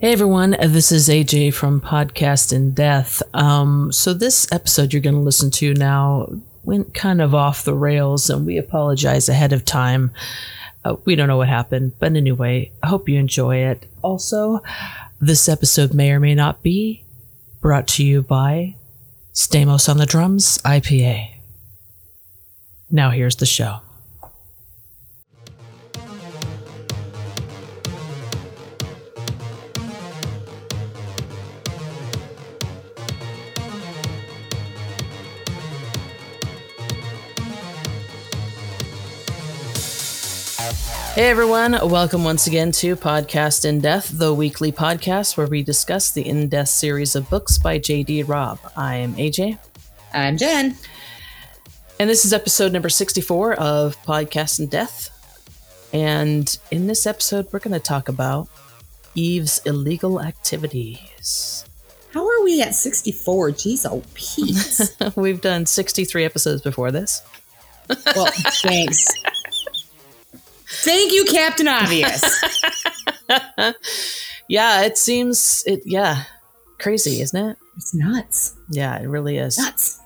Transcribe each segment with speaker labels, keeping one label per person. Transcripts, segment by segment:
Speaker 1: Hey everyone, this is AJ from Podcast and Death. Um, so this episode you're going to listen to now went kind of off the rails, and we apologize ahead of time. Uh, we don't know what happened, but anyway, I hope you enjoy it. Also, this episode may or may not be brought to you by Stamos on the Drums IPA. Now here's the show. Hey everyone, welcome once again to Podcast in Death, the weekly podcast where we discuss the in depth series of books by JD Robb. I am AJ,
Speaker 2: I'm Jen.
Speaker 1: and this is episode number 64 of Podcast in Death. And in this episode, we're going to talk about Eve's illegal activities.
Speaker 2: How are we at 64? Jeez, oh, Pete.
Speaker 1: We've done 63 episodes before this.
Speaker 2: well, thanks. Thank you, Captain Obvious.
Speaker 1: yeah, it seems, it, yeah, crazy, isn't it?
Speaker 2: it's nuts.
Speaker 1: Yeah, it really is.
Speaker 2: Nuts.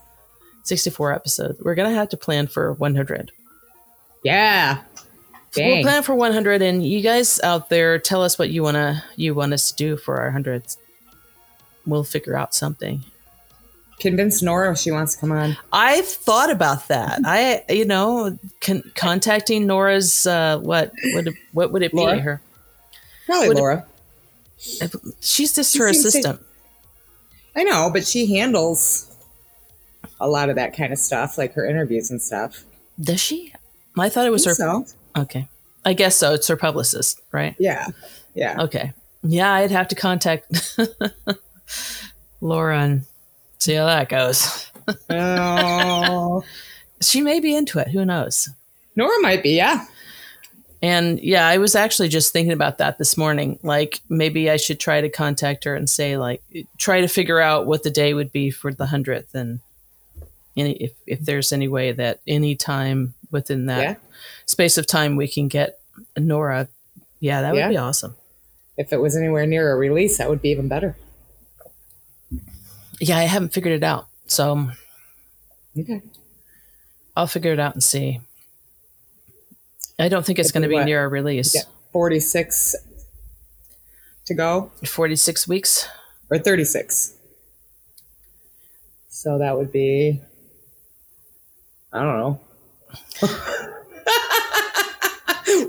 Speaker 1: 64 episodes. We're going to have to plan for 100.
Speaker 2: Yeah.
Speaker 1: We'll
Speaker 2: Dang.
Speaker 1: plan for 100, and you guys out there, tell us what you wanna you want us to do for our hundreds. We'll figure out something.
Speaker 2: Convince Nora if she wants to come on.
Speaker 1: I've thought about that. I, you know, con- contacting Nora's uh, what would what would it be?
Speaker 2: Laura?
Speaker 1: Her,
Speaker 2: Probably
Speaker 1: Would-
Speaker 2: Laura.
Speaker 1: she's just
Speaker 2: She
Speaker 1: her
Speaker 2: seems to-
Speaker 1: assistant.
Speaker 2: I know, but she handles a lot of that kind of stuff, like her interviews and stuff.
Speaker 1: Does she? I thought it was her.
Speaker 2: Think so?
Speaker 1: Okay, I guess so. It's her publicist, right?
Speaker 2: Yeah. Yeah.
Speaker 1: Okay. Yeah, I'd have to contact Laura and see how that goes.
Speaker 2: Oh.
Speaker 1: She may be into it. Who knows?
Speaker 2: Nora might be, yeah.
Speaker 1: And yeah, I was actually just thinking about that this morning. Like maybe I should try to contact her and say like try to figure out what the day would be for the hundredth and any if, if there's any way that any time within that
Speaker 2: Yeah.
Speaker 1: space of time we can get Nora. Yeah, that would
Speaker 2: Yeah.
Speaker 1: be awesome.
Speaker 2: If it was anywhere near a release, that would be even better.
Speaker 1: Yeah, I haven't figured it out. So
Speaker 2: Okay.
Speaker 1: I'll figure it out and see. I don't think it's
Speaker 2: It'd be
Speaker 1: going to be
Speaker 2: what?
Speaker 1: near a release.
Speaker 2: Yeah. 46 to go.
Speaker 1: 46 weeks.
Speaker 2: or 36. So that would be, I don't know. what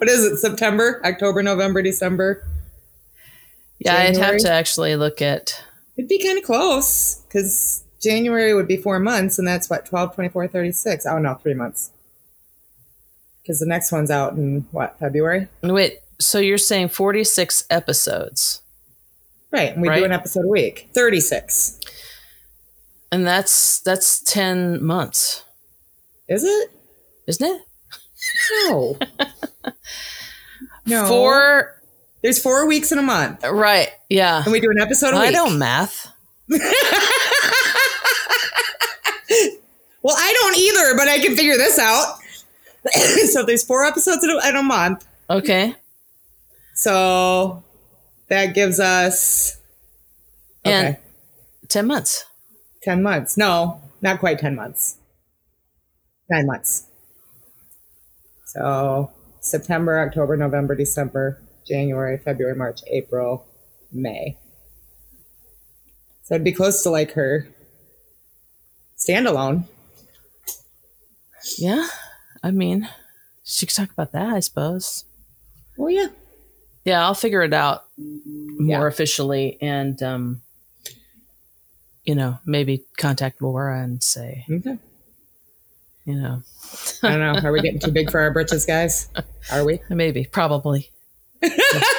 Speaker 2: is it? September, October, November, December?
Speaker 1: Yeah, I'd have
Speaker 2: January?
Speaker 1: to actually look at
Speaker 2: It'd be kind of close because January would be four months, and that's what, 12, 24, 36. Oh, no, three months. Because the next one's out in what, February?
Speaker 1: Wait, so you're saying 46 episodes,
Speaker 2: Right. And we
Speaker 1: Right.
Speaker 2: do an episode a week. 36.
Speaker 1: and that's that's 10 months,
Speaker 2: Is it?
Speaker 1: isn't it?
Speaker 2: No. no.
Speaker 1: Four,
Speaker 2: There's four weeks in a month.
Speaker 1: right? Yeah,
Speaker 2: and we do an episode a week.
Speaker 1: I don't math.
Speaker 2: Well, I don't either, but I can figure this out. so if there's four episodes in a, in a month.
Speaker 1: Okay,
Speaker 2: So that gives us okay,
Speaker 1: and 10 months.
Speaker 2: ten months. No, not quite ten months. Nine months. So September, October, November, December, January, February, March, April, May. So it'd be close to like her standalone.
Speaker 1: Yeah, I mean, she could talk about that, I suppose.
Speaker 2: Well, Oh, yeah.
Speaker 1: Yeah, I'll figure it out more officially, and um, you know, maybe contact Laura and say,
Speaker 2: Okay.
Speaker 1: you know,
Speaker 2: I don't know. Are we getting too big for our britches, guys? Are we?
Speaker 1: Maybe, probably. I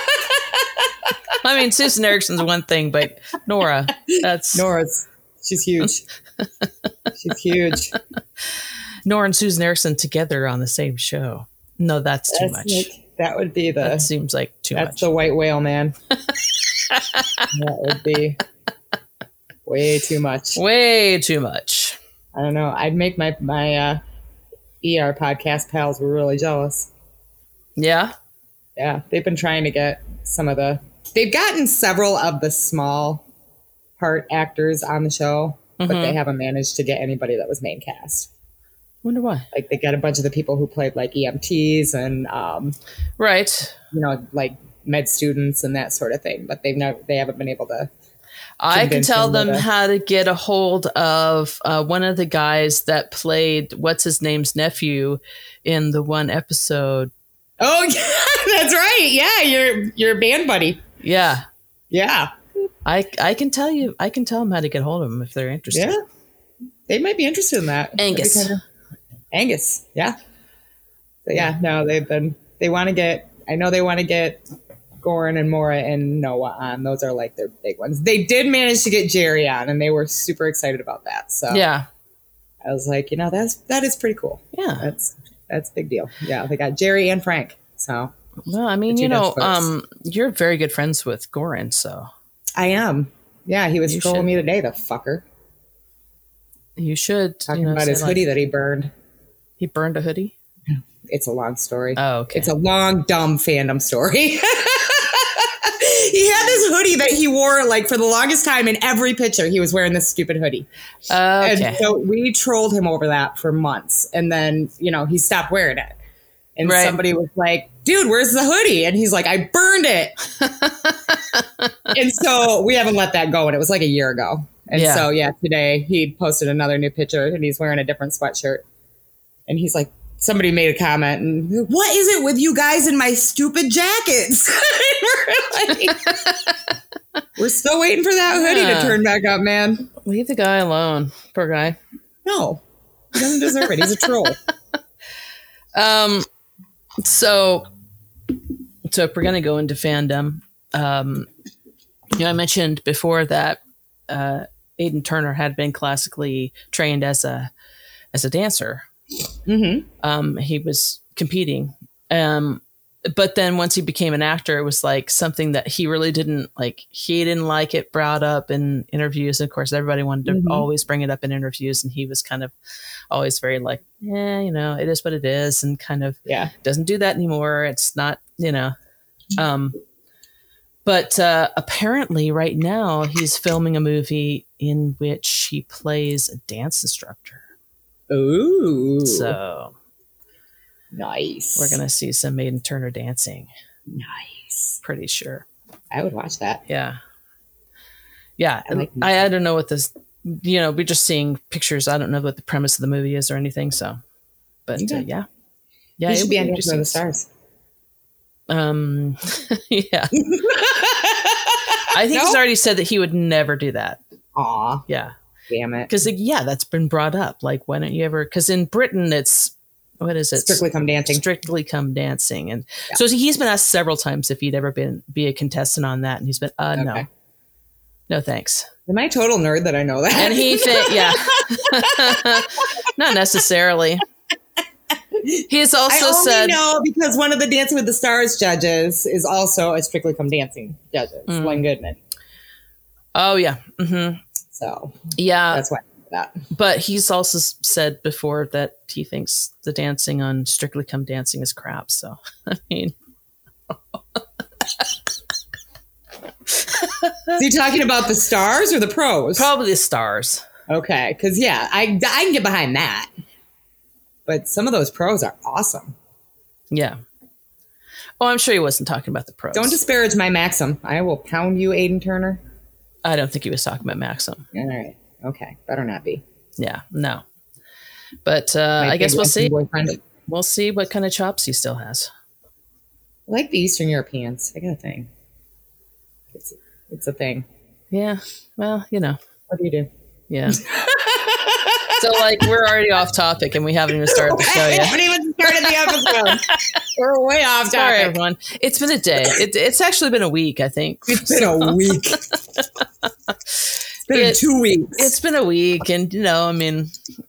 Speaker 1: mean, Susan Erickson's one thing, but Nora, that's Nora,
Speaker 2: Nora's. She's huge. She's huge.
Speaker 1: and Susan Erickson together on the same show. No, that's too much.
Speaker 2: That's like- that would be the.
Speaker 1: that
Speaker 2: That's,
Speaker 1: seems like too much.
Speaker 2: the white whale, man. that would be way too much.
Speaker 1: Way too much.
Speaker 2: I don't know. I'd make my my uh, ER podcast pals were really jealous.
Speaker 1: Yeah.
Speaker 2: Yeah, they've been trying to get some of the They've gotten several of the small part actors on the show,
Speaker 1: Mm-hmm.
Speaker 2: but they haven't managed to get anybody that was main cast.
Speaker 1: Wonder why.
Speaker 2: Like they got a bunch of the people who played like EMTs and um,
Speaker 1: Right.
Speaker 2: you know like med students and that sort of thing, but they've never they haven't been able to.
Speaker 1: I can
Speaker 2: Convince
Speaker 1: tell
Speaker 2: him
Speaker 1: them
Speaker 2: that, uh,
Speaker 1: how to get a hold of uh, one of the guys that played what's his name's nephew in the one episode.
Speaker 2: Oh yeah, that's right. Yeah, your your band buddy.
Speaker 1: Yeah.
Speaker 2: Yeah,
Speaker 1: I, I can tell you I can tell them how to get hold of them if they're interested.
Speaker 2: yeah. They might be interested in that. That'd be
Speaker 1: Angus.
Speaker 2: kinda- Angus, yeah. But yeah, no, they've been. They want to get. I know they want to get Goran and Mora and Noah on. Those are like their big ones. They did manage to get Jerry on, and they were super excited about that. So
Speaker 1: Yeah.
Speaker 2: I was like, you know, that's that is pretty cool.
Speaker 1: Yeah.
Speaker 2: That's that's a big deal. Yeah, they got Jerry and Frank. So
Speaker 1: Well, I mean,
Speaker 2: But
Speaker 1: you
Speaker 2: you
Speaker 1: know,
Speaker 2: guys first.
Speaker 1: um, you're very good friends with Goran, so
Speaker 2: I am. Yeah, he was
Speaker 1: You
Speaker 2: trolling
Speaker 1: should.
Speaker 2: me today. The fucker
Speaker 1: you should
Speaker 2: talking
Speaker 1: you know,
Speaker 2: about
Speaker 1: say,
Speaker 2: his
Speaker 1: like,
Speaker 2: hoodie that he burned.
Speaker 1: He burned a hoodie.
Speaker 2: It's a long story.
Speaker 1: Oh, okay.
Speaker 2: It's a long, dumb fandom story. he had this hoodie that he wore like for the longest time in every picture. He was wearing this stupid hoodie. And
Speaker 1: okay.
Speaker 2: so we trolled him over that for months. And then, you know, he stopped wearing it. And
Speaker 1: Right.
Speaker 2: somebody was like, dude, where's the hoodie? And he's like, I burned it. and so we haven't let that go. And it was like a year ago. And
Speaker 1: Yeah.
Speaker 2: so, yeah, today he posted another new picture and he's wearing a different sweatshirt. And he's like, somebody made a comment and what is it with you guys in my stupid jackets? And we're, like, we're still waiting for that hoodie
Speaker 1: Yeah.
Speaker 2: to turn back up, man.
Speaker 1: Leave the guy alone. Poor guy.
Speaker 2: No, he doesn't deserve it. He's a troll.
Speaker 1: Um, so, so if we're gonna go into fandom, um, you know, I mentioned before that uh, Aiden Turner had been classically trained as a as a dancer.
Speaker 2: Mm-hmm.
Speaker 1: Um, he was competing, um, but then once he became an actor, it was like something that he really didn't like. He didn't like it brought up in interviews. And of course, everybody wanted to
Speaker 2: Mhm.
Speaker 1: always bring it up in interviews, and he was kind of always very like, yeah, you know, it is what it is, and kind of
Speaker 2: Yeah.
Speaker 1: doesn't do that anymore. It's not, you know. Um, but uh, apparently, right now, he's filming a movie in which he plays a dance instructor.
Speaker 2: Ooh.
Speaker 1: So
Speaker 2: nice.
Speaker 1: we're gonna see some Maiden Turner dancing.
Speaker 2: nice.
Speaker 1: Pretty sure.
Speaker 2: I would watch that.
Speaker 1: Yeah, yeah.
Speaker 2: I like
Speaker 1: I, I don't know what this. You know, we're just seeing pictures. I don't know what the premise of the movie is or anything. So, but uh,
Speaker 2: Okay.
Speaker 1: yeah, yeah.
Speaker 2: Yeah, he
Speaker 1: it
Speaker 2: should
Speaker 1: would
Speaker 2: be on Dancing with the
Speaker 1: interesting.
Speaker 2: Stars.
Speaker 1: Um, yeah. I think he's
Speaker 2: No?
Speaker 1: already said that he would never do that.
Speaker 2: Aw,
Speaker 1: Yeah.
Speaker 2: damn it.
Speaker 1: Because, yeah, that's been brought up. Like, why don't you ever? Because in Britain, it's what is it?
Speaker 2: Strictly Come Dancing.
Speaker 1: Strictly come dancing. And so he's been asked several times if he'd ever been be a contestant on that. And he's been, uh, no,
Speaker 2: Okay.
Speaker 1: no, thanks.
Speaker 2: Am I a total nerd that I know that?
Speaker 1: And he, fit, yeah, not necessarily. He's
Speaker 2: I
Speaker 1: also
Speaker 2: only
Speaker 1: said,
Speaker 2: know because one of the Dancing with the Stars judges is also a Strictly Come Dancing judge,
Speaker 1: Mm.
Speaker 2: Glenn Goodman.
Speaker 1: oh, yeah. hmm
Speaker 2: So
Speaker 1: Yeah.
Speaker 2: that's why I know that.
Speaker 1: But he's also s- said before that he thinks the dancing on Strictly Come Dancing is crap. So, I mean,
Speaker 2: So you're talking about the stars or the pros?
Speaker 1: probably the stars.
Speaker 2: okay, because yeah, I I can get behind that. But some of those pros are awesome.
Speaker 1: Yeah. Oh, I'm sure he wasn't talking about the pros.
Speaker 2: Don't disparage my maxim. I will pound you, Aiden Turner.
Speaker 1: I don't think he was talking about Maxim.
Speaker 2: All right. Okay. Better not be.
Speaker 1: Yeah, no. But uh,
Speaker 2: My
Speaker 1: I guess
Speaker 2: big
Speaker 1: we'll
Speaker 2: Russian
Speaker 1: see.
Speaker 2: Boyfriend.
Speaker 1: We'll see what kind of chops he still has.
Speaker 2: I like the Eastern Europeans. I got a thing. It's, it's a thing.
Speaker 1: Yeah. Well, you know.
Speaker 2: What do you do?
Speaker 1: Yeah. so like we're already off topic and we haven't even started the show
Speaker 2: I
Speaker 1: yet.
Speaker 2: haven't even started the episode. We're way off
Speaker 1: Sorry,
Speaker 2: topic.
Speaker 1: everyone. It's been a day. It, it's actually been a week, I think.
Speaker 2: It's been a week. It's been
Speaker 1: It-
Speaker 2: two weeks.
Speaker 1: It's been a week, and you know, I mean,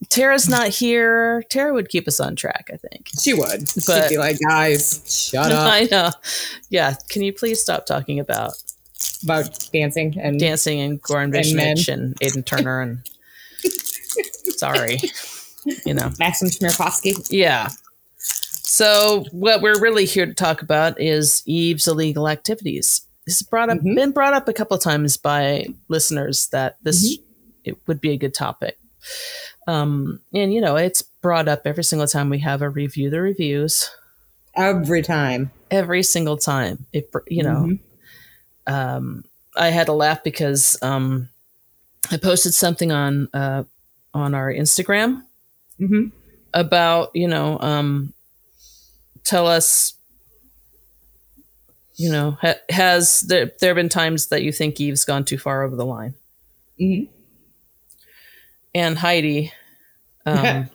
Speaker 1: Tara's not here. Tara would keep us on track, I think.
Speaker 2: she would.
Speaker 1: but-
Speaker 2: She'd be like, guys, shut up
Speaker 1: I know. Yeah. Can you please stop talking about
Speaker 2: about dancing and
Speaker 1: dancing and Goran
Speaker 2: Mm-hmm. And men.
Speaker 1: Vishnich and Aiden Turner and sorry, you know,
Speaker 2: Maxim Smirkovsky.
Speaker 1: yeah. So what we're really here to talk about is Eve's illegal activities, It's brought up
Speaker 2: Mhm.
Speaker 1: been brought up a couple of times by listeners that this it would be a good topic. Um, and you know, it's brought up every single time we have a review the reviews.
Speaker 2: Every time.
Speaker 1: Every single time. It br- you know,
Speaker 2: Mhm.
Speaker 1: um, I had a laugh because um, I posted something on uh, on our Instagram
Speaker 2: Mhm.
Speaker 1: about you know um, tell us you know ha- has there there been times that you think Eve's gone too far over the line
Speaker 2: Mhm.
Speaker 1: and Heidi um,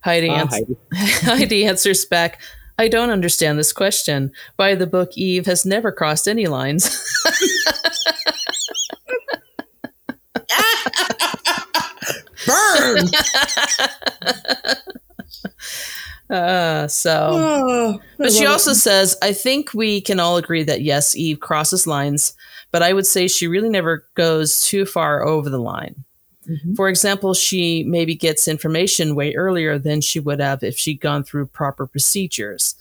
Speaker 1: Heidi,
Speaker 2: Ah,
Speaker 1: ans-
Speaker 2: Heidi.
Speaker 1: Heidi answers back. I don't understand this question. By the book, Eve has never crossed any lines.
Speaker 2: Burn.
Speaker 1: Uh, so,
Speaker 2: Oh, I
Speaker 1: but she
Speaker 2: love it.
Speaker 1: also says, I think we can all agree that yes, Eve crosses lines, but I would say she really never goes too far over the line.
Speaker 2: Mhm.
Speaker 1: For example, she maybe gets information way earlier than she would have if she'd gone through proper procedures.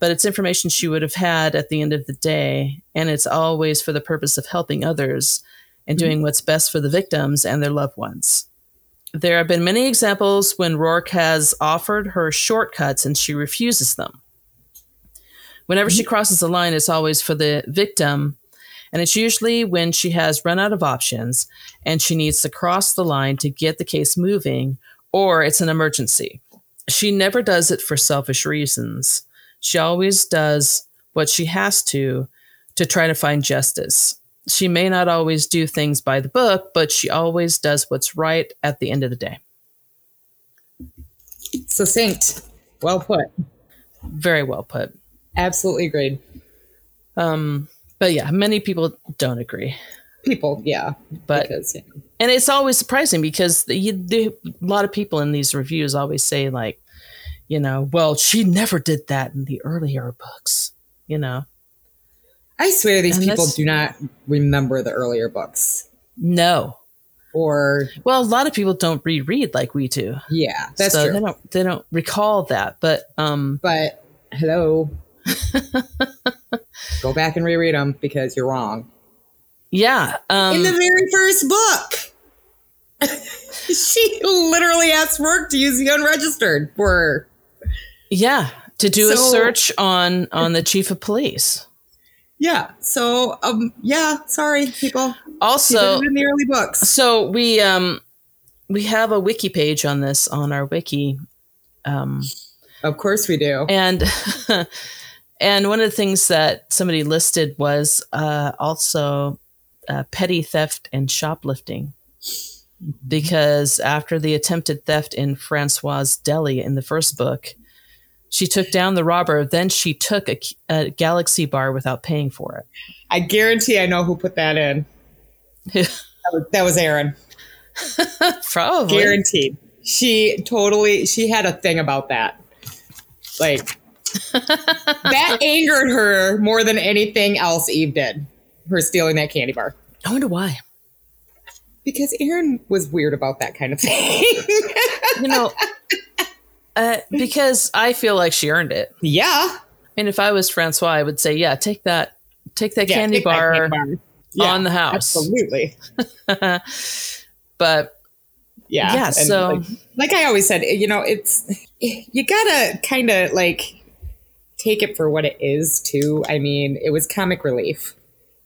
Speaker 1: But it's information she would have had at the end of the day, and it's always for the purpose of helping others and doing what's best for the victims and their loved ones. There have been many examples when Rourke has offered her shortcuts and she refuses them. Whenever she crosses the line, it's always for the victim, and it's usually when she has run out of options and she needs to cross the line to get the case moving or it's an emergency. She never does it for selfish reasons. She always does what she has to to try to find justice. She may not always do things by the book, but she always does what's right at the end of the day.
Speaker 2: succinct. Well put.
Speaker 1: Very well put.
Speaker 2: Absolutely agreed.
Speaker 1: Um, but yeah, many people don't agree.
Speaker 2: People, yeah.
Speaker 1: But
Speaker 2: because, you know,
Speaker 1: and it's always surprising because the, you, the, a lot of people in these reviews always say like you know well she never did that in the earlier books you know
Speaker 2: I swear these
Speaker 1: And
Speaker 2: people
Speaker 1: that's-
Speaker 2: do not remember the earlier books.
Speaker 1: no
Speaker 2: Or
Speaker 1: well a lot of people don't reread like we do
Speaker 2: yeah, that's
Speaker 1: so
Speaker 2: true.
Speaker 1: they don't they don't recall that but um
Speaker 2: but hello. Go back and reread them because you're wrong.
Speaker 1: yeah um
Speaker 2: In the very first book, she literally asked Rourke to use the unregistered for her.
Speaker 1: yeah to do a
Speaker 2: So-
Speaker 1: search on on the chief of police
Speaker 2: Yeah. So, um, yeah, sorry, people.
Speaker 1: also
Speaker 2: Even in the early books.
Speaker 1: so we um we have a wiki page on this on our wiki um
Speaker 2: Of course we do.
Speaker 1: and and one of the things that somebody listed was uh, also uh, petty theft and shoplifting Mm-hmm. because after the attempted theft in francoise deli in the first book she took down the robber then she took a, a galaxy bar without paying for
Speaker 2: I guarantee I know who put that in.
Speaker 1: it
Speaker 2: That was- That was Aaron.
Speaker 1: probably
Speaker 2: Guaranteed. She totally she had a thing about that. Like that angered her more than anything else Eve did. Her stealing that candy bar.
Speaker 1: i wonder why
Speaker 2: Because Aaron was weird about that kind of thing.
Speaker 1: you know uh, because i feel like she earned it
Speaker 2: yeah.
Speaker 1: I mean, if I was Francois, I would say, yeah, take that, take that
Speaker 2: Yeah,
Speaker 1: candy
Speaker 2: take that
Speaker 1: bar,
Speaker 2: candy bar. Yeah,
Speaker 1: on the house.
Speaker 2: Absolutely.
Speaker 1: But
Speaker 2: Yeah.
Speaker 1: Yeah, so-
Speaker 2: like, like I always said, you know, it's you gotta kinda like take it for what it is too. I mean, it was comic relief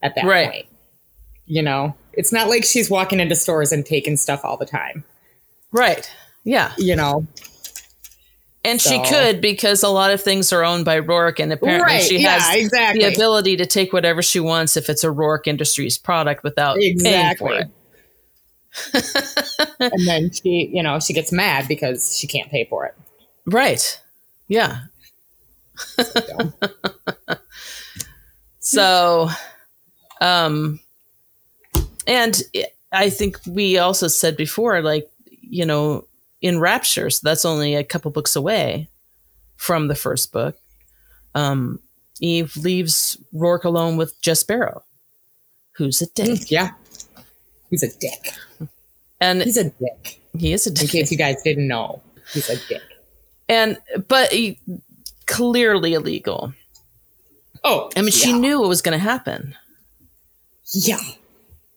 Speaker 2: at that
Speaker 1: Right.
Speaker 2: point. You know? It's not like she's walking into stores and taking stuff all the time.
Speaker 1: right, yeah,
Speaker 2: You know?
Speaker 1: and she
Speaker 2: So-
Speaker 1: could because a lot of things are owned by Rourke, and apparently
Speaker 2: right.
Speaker 1: she
Speaker 2: yeah,
Speaker 1: has
Speaker 2: exactly.
Speaker 1: the ability to take whatever she wants if it's a Rourke Industries product without paying for
Speaker 2: exactly.
Speaker 1: it.
Speaker 2: and then she, you know, she gets mad because she can't pay for it.
Speaker 1: Right, yeah.
Speaker 2: So,
Speaker 1: So, um, and I think we also said before, like you know, in Rapture, so that's only a couple books away from the first book. Um, Eve leaves Rourke alone with Jess Barrow, who's a dick,
Speaker 2: yeah. He's a dick.
Speaker 1: and
Speaker 2: He's a dick.
Speaker 1: he is a
Speaker 2: In
Speaker 1: dick.
Speaker 2: case you guys didn't know, he's a dick.
Speaker 1: and but he- clearly illegal.
Speaker 2: Oh,
Speaker 1: I mean, she
Speaker 2: yeah.
Speaker 1: knew what was going to happen.
Speaker 2: Yeah.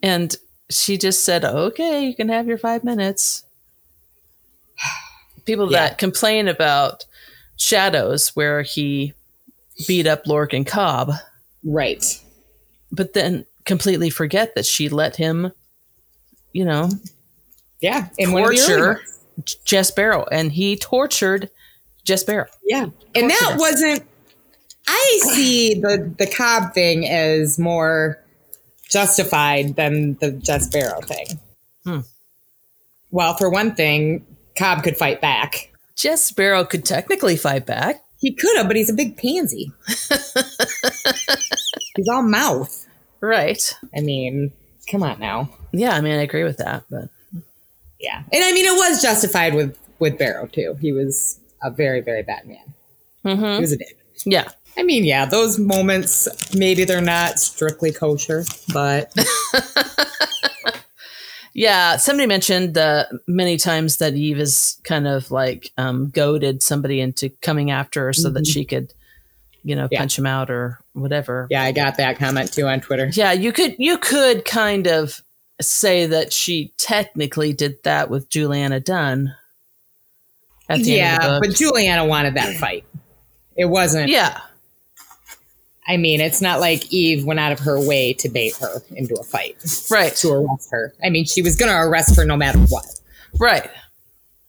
Speaker 1: And she just said, okay, you can have your five minutes. People
Speaker 2: Yeah.
Speaker 1: that complain about Shadows, where he beat up Lork and Cobb,
Speaker 2: Right.
Speaker 1: but then completely forget that she let him, you know,
Speaker 2: Yeah. In one of the early
Speaker 1: torture
Speaker 2: ones.
Speaker 1: J- Jess Barrow. And he tortured Jess Barrow.
Speaker 2: Yeah. And that
Speaker 1: Torture.
Speaker 2: wasn't I see the the Cobb thing as more justified than the Jess Barrow thing.
Speaker 1: Hmm.
Speaker 2: Well, for one thing, Cobb could fight back.
Speaker 1: Jess Sparrow could technically fight back.
Speaker 2: He could have, but he's a big pansy. he's all mouth.
Speaker 1: Right.
Speaker 2: I mean, come on now.
Speaker 1: Yeah, I mean, I agree with that, but
Speaker 2: Yeah. And I mean it was justified with with Barrow too. He was a very, very bad man. He
Speaker 1: Mhm.
Speaker 2: was a dick.
Speaker 1: yeah.
Speaker 2: I mean, yeah, those moments, maybe they're not strictly kosher, but
Speaker 1: Yeah, somebody mentioned the many times that Eve is kind of like um, goaded somebody into coming after her so that she could, you know,
Speaker 2: Mm-hmm. Yeah.
Speaker 1: punch him out or whatever.
Speaker 2: yeah, I got that comment too on Twitter.
Speaker 1: Yeah, you could you could kind of say that she technically did that with Juliana Dunn at the end
Speaker 2: Yeah,
Speaker 1: of the
Speaker 2: but
Speaker 1: book.
Speaker 2: Juliana wanted that fight. It wasn't,
Speaker 1: yeah,
Speaker 2: I mean, it's not like Eve went out of her way to bait her into a fight,
Speaker 1: right,
Speaker 2: to arrest her. I mean, she was going to arrest her no matter what.
Speaker 1: right,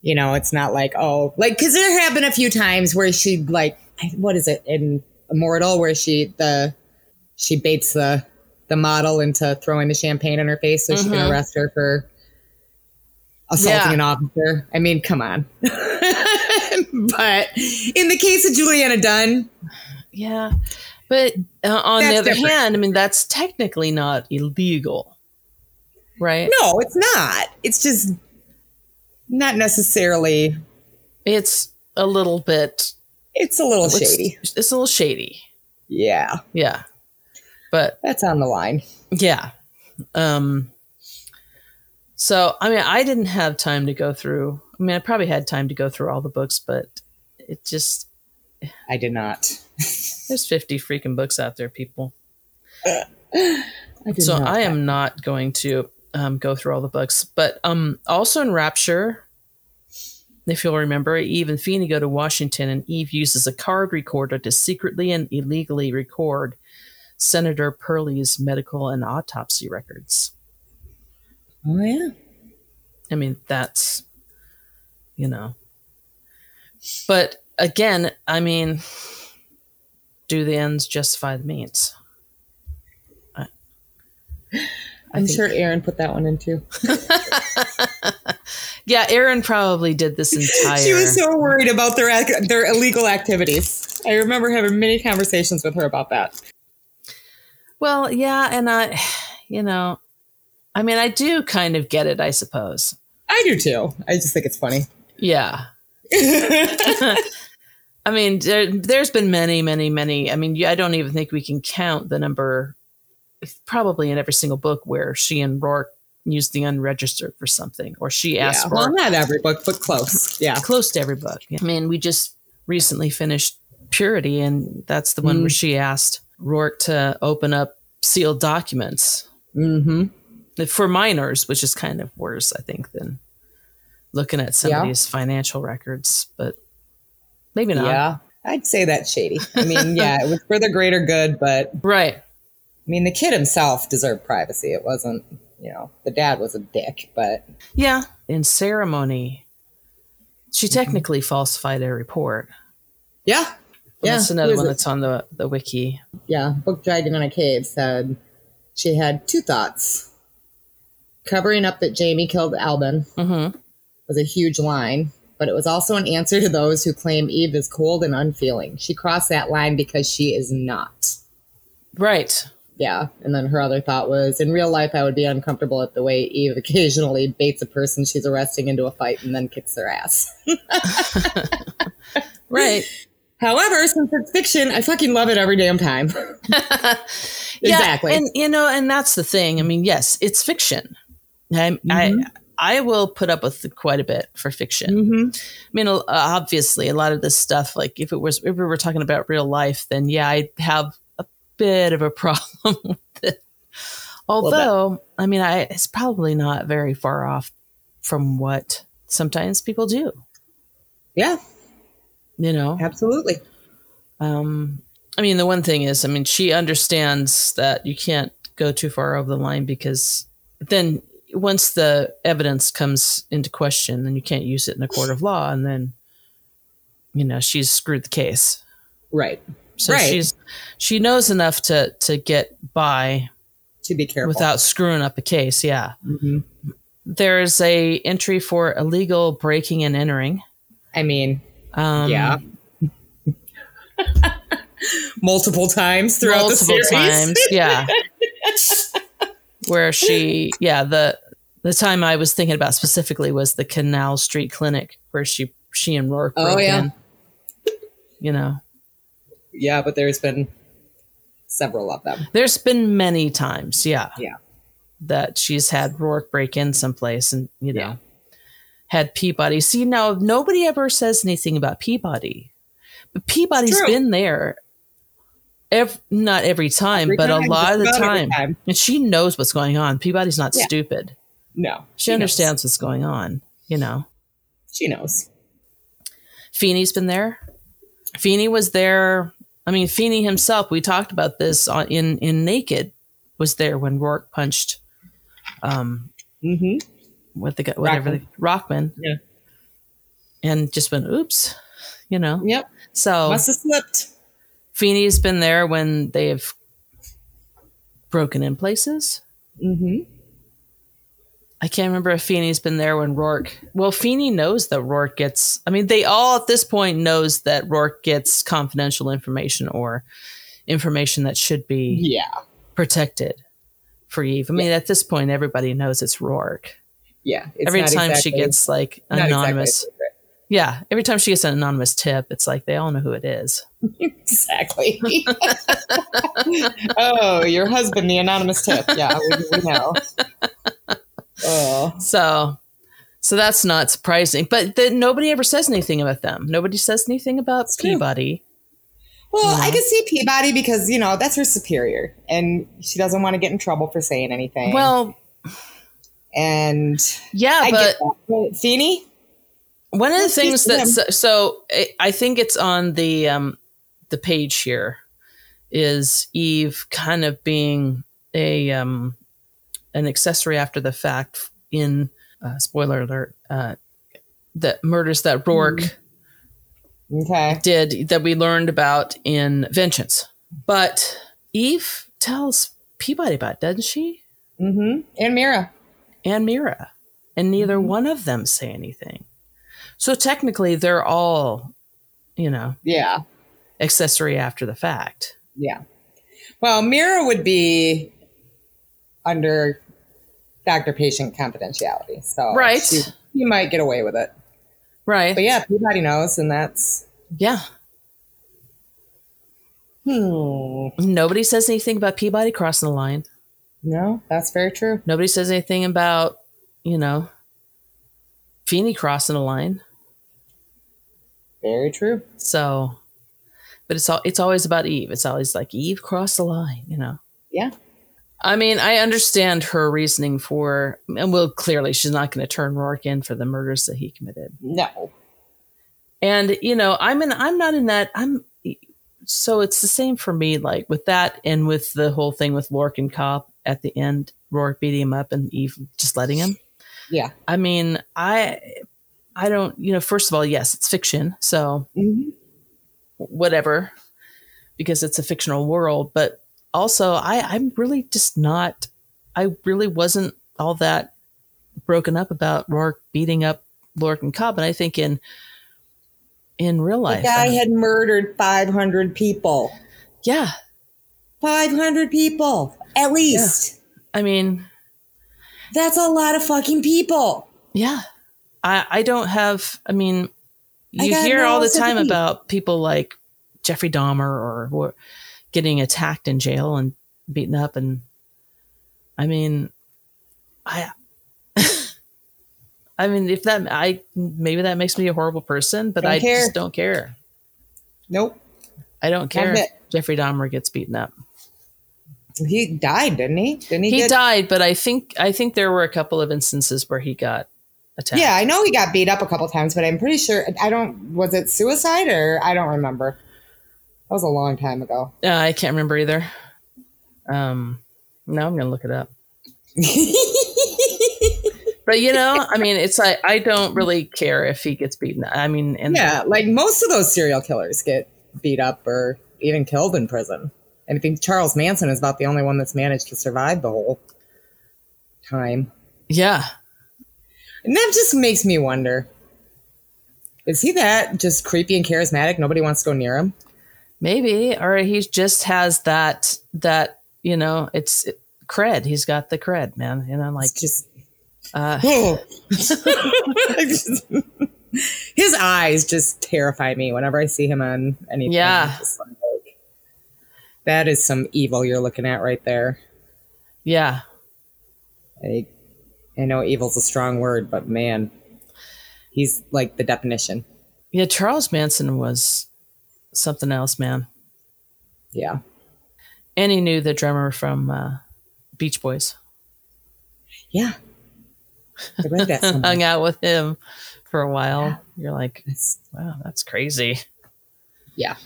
Speaker 2: You know, it's not like, oh, like, because there have been a few times where she, like, I- what is it, in Immortal, where she, the, she baits the, the model into throwing the champagne in her face so she can arrest her for assaulting
Speaker 1: Mm-hmm. Yeah.
Speaker 2: an officer. I mean, come on. but in the case of Juliana Dunn,
Speaker 1: yeah. But uh, on the
Speaker 2: That's
Speaker 1: other
Speaker 2: different.
Speaker 1: hand, I mean, that's technically not illegal, right?
Speaker 2: No, it's not. It's just not necessarily.
Speaker 1: It's a little bit
Speaker 2: It's a little
Speaker 1: it's-
Speaker 2: shady.
Speaker 1: It's, a little shady.
Speaker 2: Yeah,
Speaker 1: Yeah. But
Speaker 2: that's on the line.
Speaker 1: yeah. Um so I mean I didn't have time to go through I mean I probably had time to go through all the books, but it just
Speaker 2: I did not.
Speaker 1: there's fifty freaking books out there, people.
Speaker 2: I did
Speaker 1: So
Speaker 2: not.
Speaker 1: I am not going to um, go through all the books. But um also in Rapture, if you'll remember, Eve and Feeney go to Washington and Eve uses a card recorder to secretly and illegally record Senator Purley's medical and autopsy records.
Speaker 2: Oh yeah.
Speaker 1: I mean, that's, you know. But again, I mean, do the ends justify the means? I,
Speaker 2: I'm
Speaker 1: think-
Speaker 2: sure Aaron put that one in too.
Speaker 1: Yeah, Aaron probably did this entire.
Speaker 2: She was so worried about their ac- their illegal activities. I remember having many conversations with her about that.
Speaker 1: well, yeah, and I, you know, I mean, I do kind of get it, I suppose.
Speaker 2: I do too. I just think it's funny.
Speaker 1: Yeah. I mean, there, there's been many, many, many. I mean, you- I don't even think we can count the number, probably in every single book where she and Rourke used the unregistered for something, or she asked
Speaker 2: yeah.
Speaker 1: for
Speaker 2: Well, not every book, but close. Yeah.
Speaker 1: close to every book. I mean, we just recently finished Purity, and that's the one
Speaker 2: Mm.
Speaker 1: where she asked Rourke to open up sealed documents
Speaker 2: Mm-hmm.
Speaker 1: for minors, which is kind of worse, I think, than looking at somebody's financial records, but maybe not.
Speaker 2: Yeah. I'd say that's shady. I mean, yeah, it was for the greater good, but
Speaker 1: Right.
Speaker 2: I mean, the kid himself deserved privacy. It wasn't, you know, the dad was a dick, but
Speaker 1: Yeah. In ceremony, she
Speaker 2: Mm-hmm.
Speaker 1: technically falsified a report.
Speaker 2: yeah, yeah.
Speaker 1: that's another
Speaker 2: Who
Speaker 1: one
Speaker 2: is it?
Speaker 1: that's on the, the wiki.
Speaker 2: yeah. Book Dragon in a Cave said she had two thoughts: covering up that Jamie killed Albin
Speaker 1: hmm
Speaker 2: was a huge line, but it was also an answer to those who claim Eve is cold and unfeeling. She crossed that line because she is not.
Speaker 1: Right.
Speaker 2: Yeah. And then her other thought was in real life, I would be uncomfortable at the way Eve occasionally baits a person she's arresting into a fight and then kicks their ass.
Speaker 1: Right.
Speaker 2: However, since it's fiction, I fucking love it every damn time. Exactly.
Speaker 1: Yeah, and you know, and that's the thing. I mean, yes, it's fiction. I
Speaker 2: Mm-hmm.
Speaker 1: I, I will put up with quite a bit for fiction.
Speaker 2: Mm-hmm.
Speaker 1: I mean, uh, obviously, a lot of this stuff, like if it was, if we were talking about real life, then yeah, I'd have a bit of a problem with it. Although, I mean, I, it's probably not very far off from what sometimes people do,
Speaker 2: Yeah,
Speaker 1: you know?
Speaker 2: absolutely.
Speaker 1: Um, I mean, the one thing is, I mean, she understands that you can't go too far over the line because then once the evidence comes into question, then you can't use it in a court of law. And then, you know, she's screwed the case.
Speaker 2: Right.
Speaker 1: So
Speaker 2: Right.
Speaker 1: she's, she knows enough to, to get by
Speaker 2: To be careful.
Speaker 1: without mm-hmm. screwing up a case. Yeah.
Speaker 2: Mhm.
Speaker 1: There's a entry for illegal breaking and entering.
Speaker 2: I mean,
Speaker 1: Um,
Speaker 2: yeah. multiple times throughout
Speaker 1: multiple
Speaker 2: the series.
Speaker 1: times. Yeah. Where she, yeah, the the time I was thinking about specifically was the Canal Street Clinic where she she and Rourke.
Speaker 2: Oh,
Speaker 1: broke
Speaker 2: yeah.
Speaker 1: in. You know,
Speaker 2: Yeah, but there's been several of them.
Speaker 1: there's been many times, yeah,
Speaker 2: Yeah.
Speaker 1: that she's had Rourke break in someplace, and you know,
Speaker 2: Yeah.
Speaker 1: had Peabody. See, now nobody ever says anything about Peabody, but Peabody's
Speaker 2: True.
Speaker 1: been there. Ev- not every time,
Speaker 2: Every
Speaker 1: but
Speaker 2: time,
Speaker 1: a lot of the
Speaker 2: just about every
Speaker 1: time. And she knows what's going on. Peabody's not
Speaker 2: Yeah.
Speaker 1: stupid.
Speaker 2: No.
Speaker 1: She
Speaker 2: knows.
Speaker 1: understands what's going on, you know.
Speaker 2: She knows.
Speaker 1: Feeney's been there. Feeney was there. I mean, Feeney himself, we talked about this on, in, in Naked, was there when Rourke punched um,
Speaker 2: hmm
Speaker 1: what the guy, whatever the Rockman.
Speaker 2: Yeah.
Speaker 1: And just went, oops, you know.
Speaker 2: Yep.
Speaker 1: So
Speaker 2: Must have slipped.
Speaker 1: Feeney's been there when they've broken in places.
Speaker 2: hmm
Speaker 1: I can't remember if Feeney's been there when Rourke. Well, Feeney knows that Rourke gets. I mean, they all at this point knows that Rourke gets confidential information or information that should be
Speaker 2: Yeah.
Speaker 1: protected for Eve. I mean, at this point, everybody knows it's Rourke.
Speaker 2: Yeah. It's
Speaker 1: every
Speaker 2: not
Speaker 1: time she
Speaker 2: exactly-
Speaker 1: gets like
Speaker 2: not exactly a
Speaker 1: anonymous,
Speaker 2: secret.
Speaker 1: yeah, every time she gets an anonymous tip, it's like they all know who it is.
Speaker 2: Exactly. oh, your husband, the anonymous tip. Yeah, we, we know. Oh,
Speaker 1: So, so that's not surprising. But then nobody ever says anything about them. Nobody says anything about
Speaker 2: true.
Speaker 1: Peabody.
Speaker 2: well, I
Speaker 1: Yeah.
Speaker 2: could see Peabody because you know that's her superior, and she doesn't want to get in trouble for saying anything.
Speaker 1: Well,
Speaker 2: and
Speaker 1: yeah,
Speaker 2: I
Speaker 1: but.
Speaker 2: get that. But Feeney,
Speaker 1: One of the
Speaker 2: Let's get
Speaker 1: things
Speaker 2: to
Speaker 1: that
Speaker 2: them.
Speaker 1: so, so I- I think it's on the um, the page here is Eve kind of being a um, an accessory after the fact in uh, spoiler alert uh, the murders that Rourke
Speaker 2: okay,
Speaker 1: did that we learned about in Vengeance, but Eve tells Peabody about it, doesn't she
Speaker 2: mm-hmm. and Mira,
Speaker 1: and Mira, and neither one of them say anything. So technically, they're all you know
Speaker 2: yeah,
Speaker 1: accessory after the fact.
Speaker 2: yeah. Well, Mira would be under doctor-patient confidentiality, so
Speaker 1: Right.
Speaker 2: she, she might get away with it.
Speaker 1: Right.
Speaker 2: But yeah, Peabody knows, and that's
Speaker 1: yeah.
Speaker 2: hmm.
Speaker 1: Nobody says anything about Peabody crossing the line.
Speaker 2: No, that's very true.
Speaker 1: Nobody says anything about, you know, Feeney crossing the line.
Speaker 2: Very true.
Speaker 1: So, but it's all it's always about Eve. It's always like Eve crossed the line, you know.
Speaker 2: Yeah.
Speaker 1: I mean, I understand her reasoning for, and well, clearly she's not going to turn Rourke in for the murders that he committed.
Speaker 2: No.
Speaker 1: and you know i'm in i'm not in that i'm so it's the same for me like with that and with the whole thing with lork and cop at the end rourke beating him up and eve just letting him
Speaker 2: Yeah.
Speaker 1: i mean i i don't you know first of all yes it's fiction so
Speaker 2: Mhm.
Speaker 1: whatever because it's a fictional world but also i i'm really just not i really wasn't all that broken up about rourke beating up lork and cobb and i think in in real
Speaker 2: The
Speaker 1: life
Speaker 2: guy
Speaker 1: uh,
Speaker 2: had murdered 500 people.
Speaker 1: yeah
Speaker 2: 500 people, at least.
Speaker 1: i mean
Speaker 2: That's a lot of fucking people.
Speaker 1: yeah i i don't have i mean
Speaker 2: I
Speaker 1: you
Speaker 2: got
Speaker 1: hear
Speaker 2: no
Speaker 1: all the time
Speaker 2: sympathy.
Speaker 1: about people like jeffrey dahmer or, wha- getting attacked in jail and beaten up and i mean i i mean if that i maybe that makes me a horrible person but
Speaker 2: Don't
Speaker 1: i
Speaker 2: care.
Speaker 1: just don't care
Speaker 2: Nope.
Speaker 1: i don't care
Speaker 2: Love
Speaker 1: if jeffrey dahmer gets beaten up
Speaker 2: He died, didn't he? Didn't he?
Speaker 1: He
Speaker 2: get-
Speaker 1: died, but I think I think there were a couple of instances where he got attacked.
Speaker 2: Yeah, I know he got beat up a couple times, but I'm pretty sure I don't. Was it suicide or I don't remember. That was a long time ago.
Speaker 1: Uh, I can't remember either. Um, now I'm gonna look it up. But you know, I mean, it's I I don't really care if he gets beaten. I mean, and
Speaker 2: yeah, like most of those serial killers get beat up or even killed in prison. And I think Charles Manson is about the only one that's managed to survive the whole time.
Speaker 1: yeah,
Speaker 2: And that just makes me wonder. Is he that just creepy and charismatic? Nobody wants to go near him.
Speaker 1: maybe or he just has that that you know it's cred. He's got the cred, man. You know, like
Speaker 2: It's just
Speaker 1: uh,
Speaker 2: his eyes just terrify me whenever I see him on anything.
Speaker 1: Yeah.
Speaker 2: I'm just like, that is some evil you're looking at right there.
Speaker 1: yeah,
Speaker 2: Like, I know evil's a strong word, but man, he's like the definition.
Speaker 1: yeah. Charles Manson was something else, man.
Speaker 2: Yeah.
Speaker 1: And he knew the drummer from uh, Beach Boys.
Speaker 2: Yeah. I read that somewhere.
Speaker 1: Hung out with him for a while. You're like,
Speaker 2: It's-
Speaker 1: wow, that's crazy.
Speaker 2: yeah.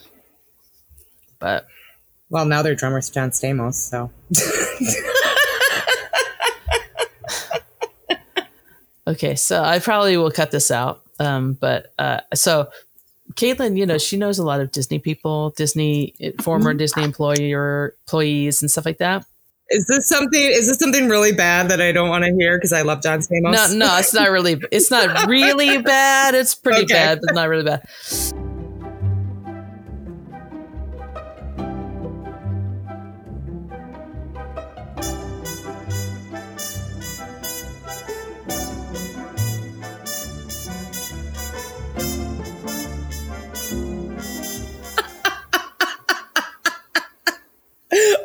Speaker 1: But
Speaker 2: Well, now their drummer's John Stamos, so.
Speaker 1: Okay, so I probably will cut this out. Um, but uh, so Caitlin, you know, she knows a lot of Disney people, Disney eh,
Speaker 2: Mm-hmm.
Speaker 1: former Disney employer employees and stuff like that.
Speaker 2: Is this something? Is this something really bad that I don't want to hear? Because I love John Stamos.
Speaker 1: No, no, it's not really. It's not really bad. It's pretty
Speaker 2: Okay.
Speaker 1: bad, but not really bad.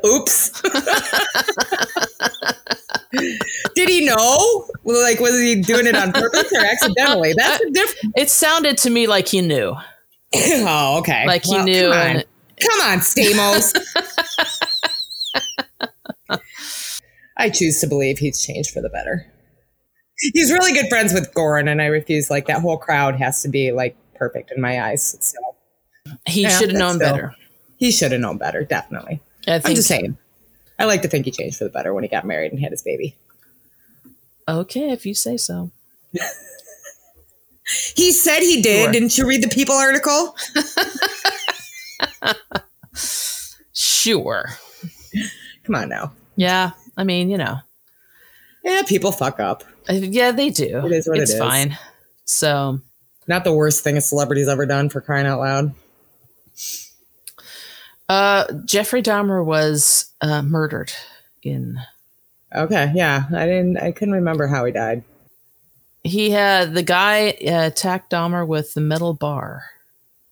Speaker 2: Oops. Did he know? Well, Like, was he doing it on purpose or accidentally? That's a different.
Speaker 1: It sounded to me like he knew,
Speaker 2: Oh, okay.
Speaker 1: like he
Speaker 2: Well,
Speaker 1: knew.
Speaker 2: Come on,
Speaker 1: and-
Speaker 2: come on Stamos. I choose to believe he's changed for the better. He's really good friends with Goran, and I refuse. Like that whole crowd has to be like perfect in my eyes. So
Speaker 1: he
Speaker 2: Yeah,
Speaker 1: should have known
Speaker 2: that's
Speaker 1: better.
Speaker 2: he should have known better. Definitely.
Speaker 1: I think.
Speaker 2: I'm just saying. I like to think he changed for the better when he got married and had his baby.
Speaker 1: Okay, if you say so.
Speaker 2: He said he did.
Speaker 1: Sure.
Speaker 2: Didn't you read the People article?
Speaker 1: Sure.
Speaker 2: Come on now.
Speaker 1: Yeah, I mean, you know,
Speaker 2: Yeah, people fuck up.
Speaker 1: I- yeah, they do.
Speaker 2: It is what it
Speaker 1: it's
Speaker 2: is.
Speaker 1: fine. So.
Speaker 2: Not the worst thing a celebrity's ever done for crying out loud.
Speaker 1: Uh, Jeffrey Dahmer was uh, murdered in.
Speaker 2: Okay, yeah, I didn't. I couldn't remember how he died.
Speaker 1: He had the guy uh, attacked Dahmer with the metal bar,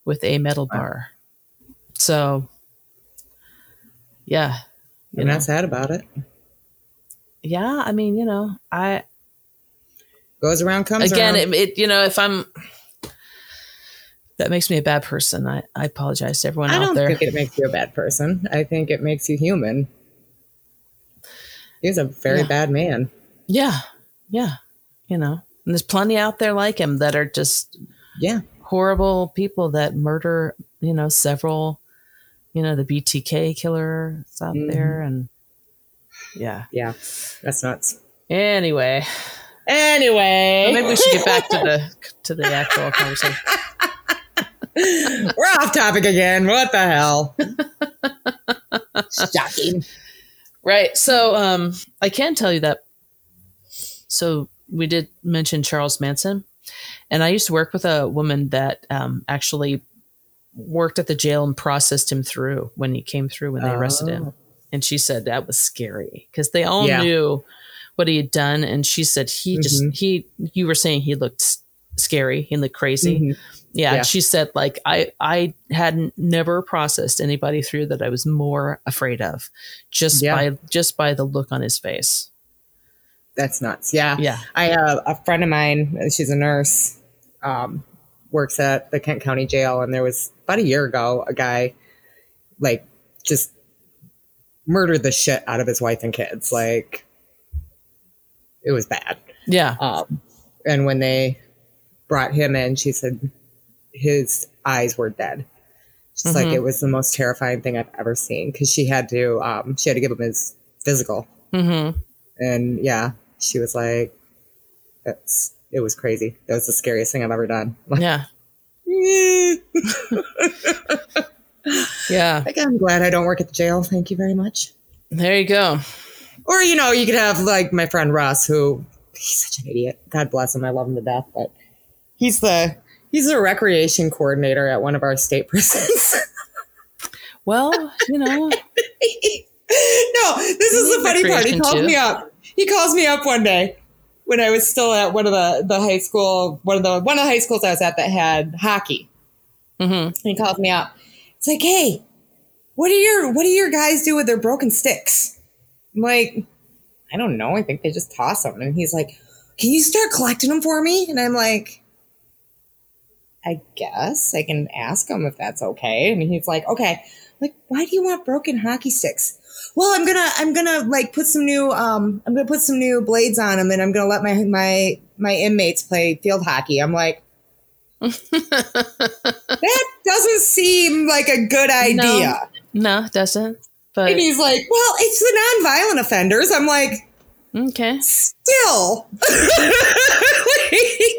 Speaker 1: with a metal bar. So, yeah, you
Speaker 2: I'm
Speaker 1: know,
Speaker 2: not sad about it.
Speaker 1: yeah. I mean, you know, I
Speaker 2: Goes around, comes
Speaker 1: again,
Speaker 2: around.
Speaker 1: it, it, you know, if I'm that makes me a bad person. I, I apologize to everyone
Speaker 2: I
Speaker 1: out
Speaker 2: don't
Speaker 1: there.
Speaker 2: think it makes you a bad person. I think it makes you human. He's a very
Speaker 1: Yeah.
Speaker 2: bad man.
Speaker 1: yeah, yeah, you know, and there's plenty out there like him that are just
Speaker 2: Yeah,
Speaker 1: horrible people that murder, you know, several, you know, the BTK killer is out
Speaker 2: Mhm.
Speaker 1: there. And yeah.
Speaker 2: yeah, that's nuts.
Speaker 1: Anyway,
Speaker 2: Anyway,
Speaker 1: maybe we should get back to the to the actual conversation.
Speaker 2: We're off topic again. What the hell? Shocking.
Speaker 1: Right. So um I can tell you that so we did mention Charles Manson and I used to work with a woman that um actually worked at the jail and processed him through when he came through when they arrested him.
Speaker 2: Oh.
Speaker 1: And she said that was scary because they all
Speaker 2: Yeah.
Speaker 1: knew what he had done. And she said he just,
Speaker 2: Mhm.
Speaker 1: he, you were saying he looked s- scary, he looked crazy.
Speaker 2: Mhm.
Speaker 1: Yeah.
Speaker 2: Yeah.
Speaker 1: She said, like, I, I hadn't never processed anybody through that I was more afraid of just
Speaker 2: Yeah.
Speaker 1: by, just by the look on his face.
Speaker 2: That's nuts. Yeah.
Speaker 1: Yeah.
Speaker 2: I uh, a friend of mine, she's a nurse, um, works at the Kent County Jail, and there was about a year ago a guy, like just murdered the shit out of his wife and kids. Like it was bad.
Speaker 1: Yeah.
Speaker 2: Um, and when they brought him in, she said his eyes were dead. She's like, it was the most terrifying thing I've ever seen because she had to, um, she had to give him his physical,
Speaker 1: Mm-hmm.
Speaker 2: and yeah, she was like, it's, it was crazy. That was the scariest thing I've ever done. Like,
Speaker 1: Yeah.
Speaker 2: eh,
Speaker 1: Yeah.
Speaker 2: like, I'm glad I don't work at the jail. Thank you very much.
Speaker 1: There you go.
Speaker 2: Or you know, you could have like my friend Russ, who he's such an idiot. God bless him. I love him to death, but he's the he's the recreation coordinator at one of our state prisons.
Speaker 1: Well, you know,
Speaker 2: no, this
Speaker 1: We
Speaker 2: is
Speaker 1: need
Speaker 2: the funny part. He
Speaker 1: recreation,
Speaker 2: calls
Speaker 1: too.
Speaker 2: me up. He calls me up one day when I was still at one of the, the high school one of the one of the high schools I was at that had hockey.
Speaker 1: hmm
Speaker 2: And he calls me up. It's like, hey, what do your what do your guys do with their broken sticks? I'm like, I don't know. I think they just toss them. And he's like, can you start collecting them for me? And I'm like, I guess I can ask him if that's okay. And he's like, okay. I'm like, why do you want broken hockey sticks? Well, I'm gonna I'm gonna like put some new um I'm gonna put some new blades on them, and I'm gonna let my my my inmates play field hockey. I'm like. that doesn't seem like a good idea.
Speaker 1: no, it doesn't. But
Speaker 2: And he's like, well, it's the nonviolent offenders. I'm like,
Speaker 1: okay,
Speaker 2: still. Like,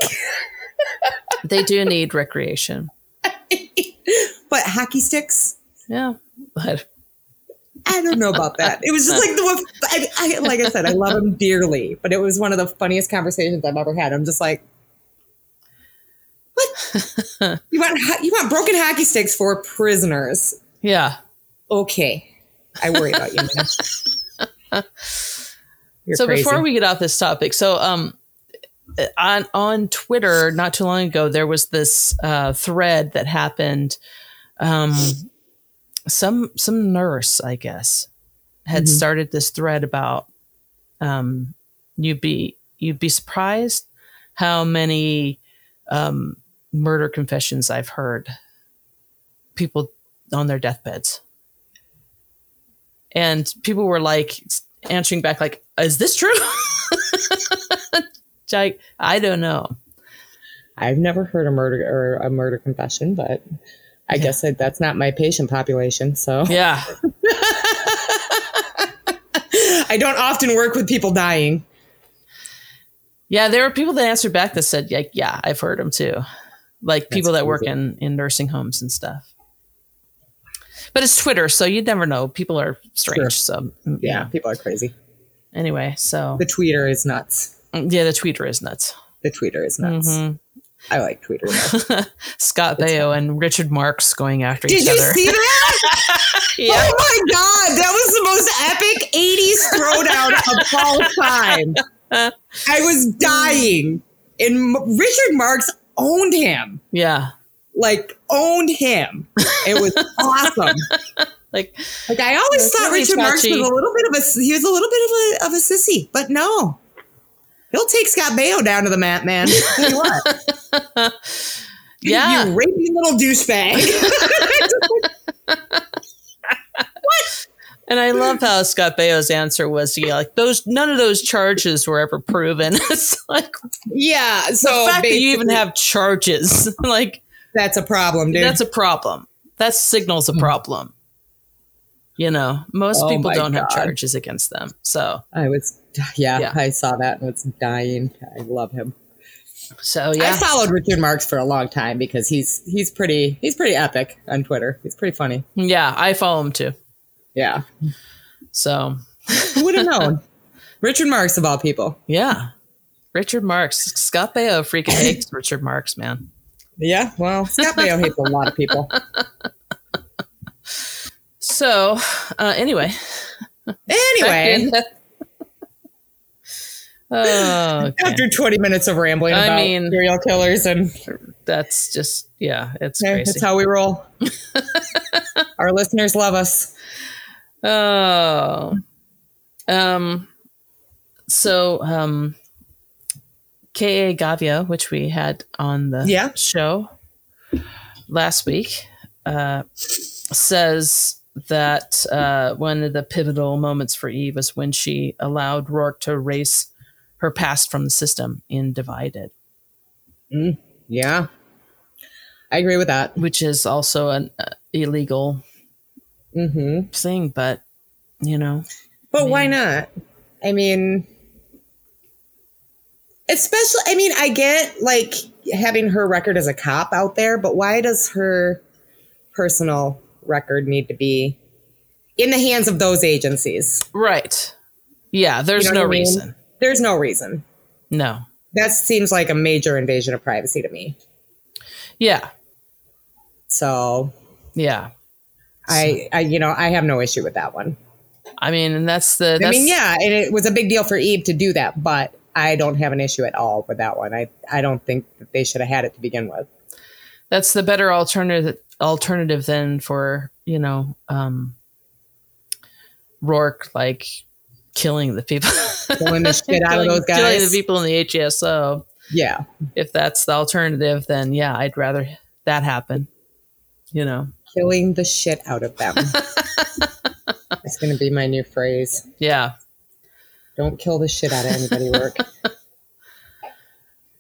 Speaker 1: they do need recreation.
Speaker 2: but hockey sticks?
Speaker 1: Yeah, but
Speaker 2: I don't know about that. It was just like the I, I, like I said, I love him dearly, but it was one of the funniest conversations I've ever had. I'm just like, what? You want ho- you want broken hockey sticks for prisoners?
Speaker 1: yeah.
Speaker 2: Okay, I worry about you. man. You're
Speaker 1: so
Speaker 2: crazy.
Speaker 1: before we get off this topic, so um, on on Twitter not too long ago there was this uh, thread that happened. Um, some some nurse, I guess, had
Speaker 2: Mhm.
Speaker 1: started this thread about um, you'd be you'd be surprised how many um, murder confessions I've heard people on their deathbeds. And people were like answering back, like, is this true? like, I don't know.
Speaker 2: I've never heard a murder or a murder confession, but I
Speaker 1: Yeah.
Speaker 2: guess that that's not my patient population. So
Speaker 1: Yeah.
Speaker 2: I don't often work with people dying.
Speaker 1: Yeah. There were people that answered back that said, like, yeah, I've heard them too. Like people that work
Speaker 2: crazy.
Speaker 1: in, in nursing homes and stuff. But it's Twitter, so you never know. People are strange.
Speaker 2: Sure.
Speaker 1: So, mm,
Speaker 2: Yeah,
Speaker 1: you know.
Speaker 2: people are crazy.
Speaker 1: Anyway, so mm,
Speaker 2: The tweeter is nuts.
Speaker 1: yeah, the tweeter is nuts.
Speaker 2: The tweeter is nuts.
Speaker 1: Mhm.
Speaker 2: I like tweeter. nuts.
Speaker 1: Scott Baio and Richard Marks going after
Speaker 2: Did
Speaker 1: each
Speaker 2: you
Speaker 1: other.
Speaker 2: see that?
Speaker 1: yeah.
Speaker 2: Oh my god, that was the most epic '80s throwdown of all time. I was dying, and M- Richard Marks owned him.
Speaker 1: Yeah.
Speaker 2: Like owned him. It was awesome.
Speaker 1: Like
Speaker 2: Like I always
Speaker 1: That's
Speaker 2: thought
Speaker 1: really
Speaker 2: Richard Marx was
Speaker 1: touchy.
Speaker 2: a little bit of a he was a little bit of a of a sissy, but no. He'll take Scott Baio down to the mat, man. Tell you what.
Speaker 1: Yeah.
Speaker 2: You raping little douchebag.
Speaker 1: and I love how Scott Baio's answer was yeah, like those none of those charges were ever proven. it's like
Speaker 2: yeah. So
Speaker 1: the fact that you even
Speaker 2: Oh, basically,
Speaker 1: have charges, like
Speaker 2: that's a problem, dude.
Speaker 1: that's a problem. That signals a problem. You know, most
Speaker 2: Hmm. Oh
Speaker 1: people
Speaker 2: my
Speaker 1: don't have
Speaker 2: God.
Speaker 1: charges against them. So
Speaker 2: I was yeah,
Speaker 1: Yeah.
Speaker 2: I saw that and it's dying. I love him.
Speaker 1: so
Speaker 2: I
Speaker 1: yeah.
Speaker 2: followed Richard Marx for a long time because he's he's pretty he's pretty epic on Twitter. He's pretty funny.
Speaker 1: yeah, I follow him too.
Speaker 2: Yeah.
Speaker 1: So
Speaker 2: Who would have known? Richard Marx of all people.
Speaker 1: yeah. Richard Marks. Scott Baio freaking hates Richard Marks, man.
Speaker 2: Yeah, well, Scott Baio hates a lot of people.
Speaker 1: So, uh, anyway.
Speaker 2: Anyway,
Speaker 1: oh, okay.
Speaker 2: after 20 minutes of rambling
Speaker 1: I
Speaker 2: about
Speaker 1: mean-
Speaker 2: serial killers, and
Speaker 1: that's just yeah, it's
Speaker 2: eh,
Speaker 1: crazy.
Speaker 2: that's how we roll. Our listeners love us.
Speaker 1: oh, um, so um, Ka Gavia, which we had on the
Speaker 2: Yeah.
Speaker 1: show last week, uh, says that uh, one of the pivotal moments for Eve was when she allowed Rourke to erase her past from the system in Divided,
Speaker 2: Mm, yeah. I agree with that.
Speaker 1: which is also an uh, illegal
Speaker 2: hmm
Speaker 1: thing, but you know,
Speaker 2: But
Speaker 1: I
Speaker 2: why
Speaker 1: mean-
Speaker 2: not? I mean, especially, I mean, I get like having her record as a cop out there, but why does her personal record need to be in the hands of those agencies?
Speaker 1: right? Yeah, there's
Speaker 2: know what
Speaker 1: no
Speaker 2: I mean?
Speaker 1: reason.
Speaker 2: There's no reason.
Speaker 1: No,
Speaker 2: That seems like a major invasion of privacy to me.
Speaker 1: yeah,
Speaker 2: So
Speaker 1: yeah.
Speaker 2: I, I, you know, I have no issue with that one.
Speaker 1: I mean, and that's the. That's,
Speaker 2: I mean, yeah, and it was a big deal for Eve to do that, but I don't have an issue at all with that one. I, I don't think that they should have had it to begin with.
Speaker 1: that's the better alternative alternative than for you know um Rourke like killing the people
Speaker 2: Pulling the shit out of
Speaker 1: killing,
Speaker 2: those guys.
Speaker 1: killing the people in the HSO
Speaker 2: Yeah.
Speaker 1: if that's the alternative then yeah I'd rather that happen you know
Speaker 2: Killing the shit out of them. That's going to be my new phrase.
Speaker 1: yeah
Speaker 2: Don't kill the shit out of anybody, work.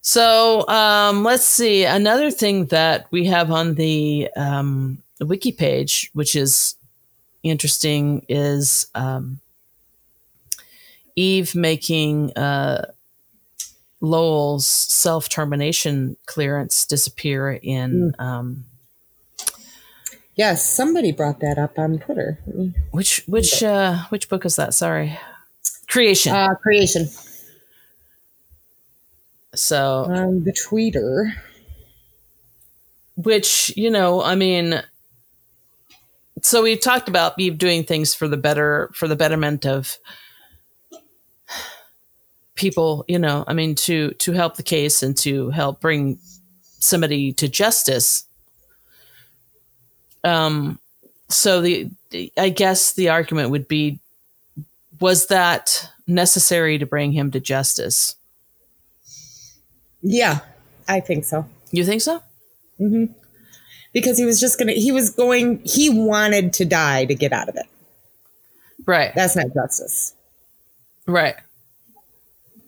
Speaker 1: so um let's see another thing that we have on the um wiki page which is interesting is um Eve making uh, Lowell's self termination clearance disappear in um,
Speaker 2: yes, somebody brought that up on Twitter.
Speaker 1: which which uh, which book is that? Sorry, Creation.
Speaker 2: Uh, creation.
Speaker 1: so,
Speaker 2: Um, the tweeter.
Speaker 1: which you know, I mean, so we've talked about Eve doing things for the better for the betterment of people. You know, I mean, to to help the case and to help bring somebody to justice. um so the, the i guess the argument would be was that necessary to bring him to justice
Speaker 2: Yeah, I think so.
Speaker 1: you think so
Speaker 2: Mm-hmm. Because he was just going to, he was going, he wanted to die to get out of it.
Speaker 1: right
Speaker 2: That's not justice.
Speaker 1: right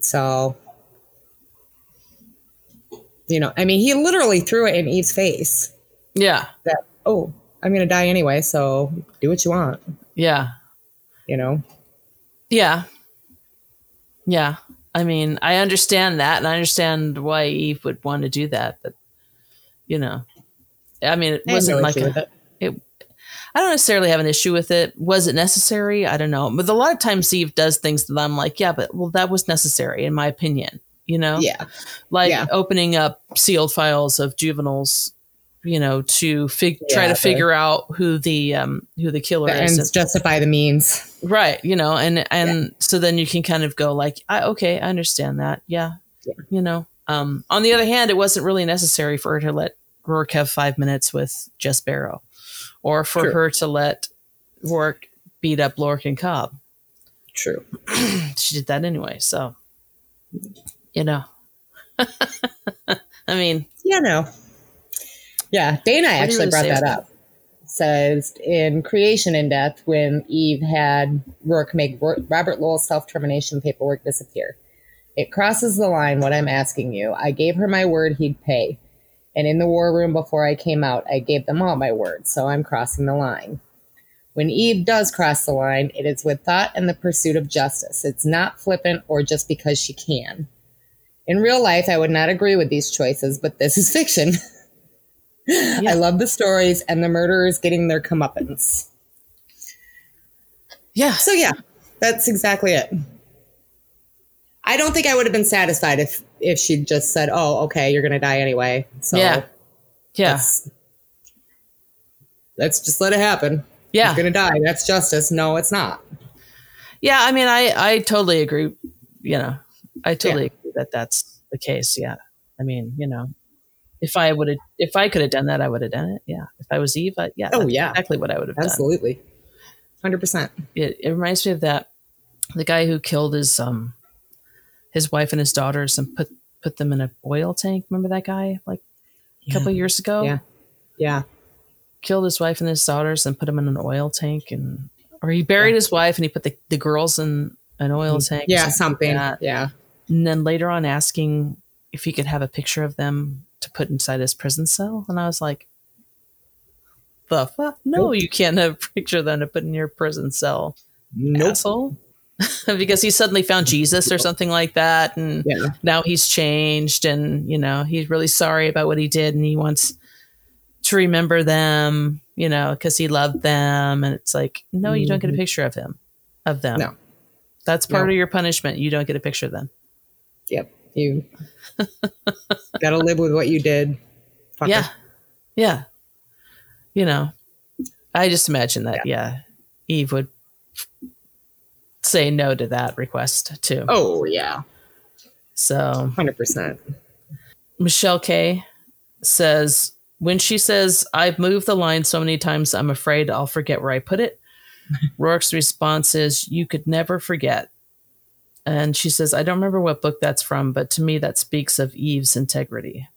Speaker 2: So, you know, I mean, he literally threw it in Eve's face
Speaker 1: yeah
Speaker 2: that, oh, I'm going to die anyway. So do what you want,
Speaker 1: yeah
Speaker 2: you know?
Speaker 1: yeah yeah i mean i understand that and i understand why eve would want to do that but you know i mean it
Speaker 2: I have
Speaker 1: wasn't
Speaker 2: no
Speaker 1: like
Speaker 2: issue
Speaker 1: a-
Speaker 2: with it.
Speaker 1: I don't necessarily have an issue with it. Was it necessary? I don't know. But a lot of times Eve does things that I'm like, yeah, but well, that was necessary in my opinion. You know,
Speaker 2: Yeah.
Speaker 1: like
Speaker 2: yeah.
Speaker 1: opening up sealed files of juveniles, you know, to fig- try
Speaker 2: Yeah,
Speaker 1: to
Speaker 2: the-
Speaker 1: figure out who the um, who the killer
Speaker 2: The
Speaker 1: is,
Speaker 2: ends justify the means.
Speaker 1: And- right? You know, and and so then you can kind of go like, I, okay, I understand that. Yeah,
Speaker 2: Yeah.
Speaker 1: you know. Um, on the other hand, it wasn't really necessary for her to let Rourke have five minutes with Jess Barrow, or for
Speaker 2: True.
Speaker 1: her to let Rourke beat up Lorcan and Cobb.
Speaker 2: True.
Speaker 1: she did that anyway. So, you know, I mean,
Speaker 2: Yeah, no. Yeah, Dana
Speaker 1: you
Speaker 2: actually
Speaker 1: gonna
Speaker 2: brought
Speaker 1: say
Speaker 2: that
Speaker 1: about-
Speaker 2: up. Says in Creation in Death, when Eve had Rourke make Ro- Robert Lowell's self termination paperwork disappear, it crosses the line what I'm asking you. I gave her my word he'd pay. And in the war room before I came out, I gave them all my word, so I'm crossing the line. When Eve does cross the line, it is with thought and the pursuit of justice. It's not flippant or just because she can. In real life, I would not agree with these choices, but this is fiction. I love the stories and the murderers getting their comeuppance.
Speaker 1: yeah,
Speaker 2: So, yeah, that's exactly it. I don't think I would have been satisfied if, if she just said, Oh, okay, you're going to die anyway. So,
Speaker 1: yeah, yeah,
Speaker 2: Let's, let's just let it happen.
Speaker 1: yeah,
Speaker 2: He's going to die. That's justice. No, it's not.
Speaker 1: yeah. I mean, I I totally agree. You know, I totally agree that that's the case. Yeah, I mean, you know, if I would have, if I could have done that, I would have done it. Yeah, if I was Eve, I, yeah,
Speaker 2: Oh,
Speaker 1: that's
Speaker 2: yeah.
Speaker 1: exactly what I would have done.
Speaker 2: Absolutely. 100%.
Speaker 1: it, it reminds me of that the guy who killed his um his wife and his daughters and put put them in an oil tank remember that guy like a couple years ago
Speaker 2: Yeah. Yeah.
Speaker 1: killed his wife and his daughters and put them in an oil tank and or he buried his wife and he put the, the girls in an oil tank or
Speaker 2: Mm. Yeah,
Speaker 1: like
Speaker 2: something.
Speaker 1: that.
Speaker 2: yeah.
Speaker 1: and then later on asking if he could have a picture of them to put inside his prison cell and i was like the fuck no you can't have a picture of them to put in your prison cell
Speaker 2: Nope.
Speaker 1: asshole because he suddenly found jesus or something like that and
Speaker 2: Yeah.
Speaker 1: now he's changed and you know he's really sorry about what he did and he wants to remember them you know because he loved them and it's like no you don't get a picture of him of them
Speaker 2: Mm-hmm. No.
Speaker 1: that's part
Speaker 2: No.
Speaker 1: of your punishment you don't get a picture of them
Speaker 2: Yep. You got to live with what you did. Fucker.
Speaker 1: yeah yeah you know i just imagine that yeah. eve would say no to that request too
Speaker 2: Oh, yeah.
Speaker 1: so
Speaker 2: 100%.
Speaker 1: Michelle K says when she says I've moved the line so many times I'm afraid I'll forget where I put it. Rourke's response is you could never forget. And she says I don't remember what book that's from but to me that speaks of Eve's integrity.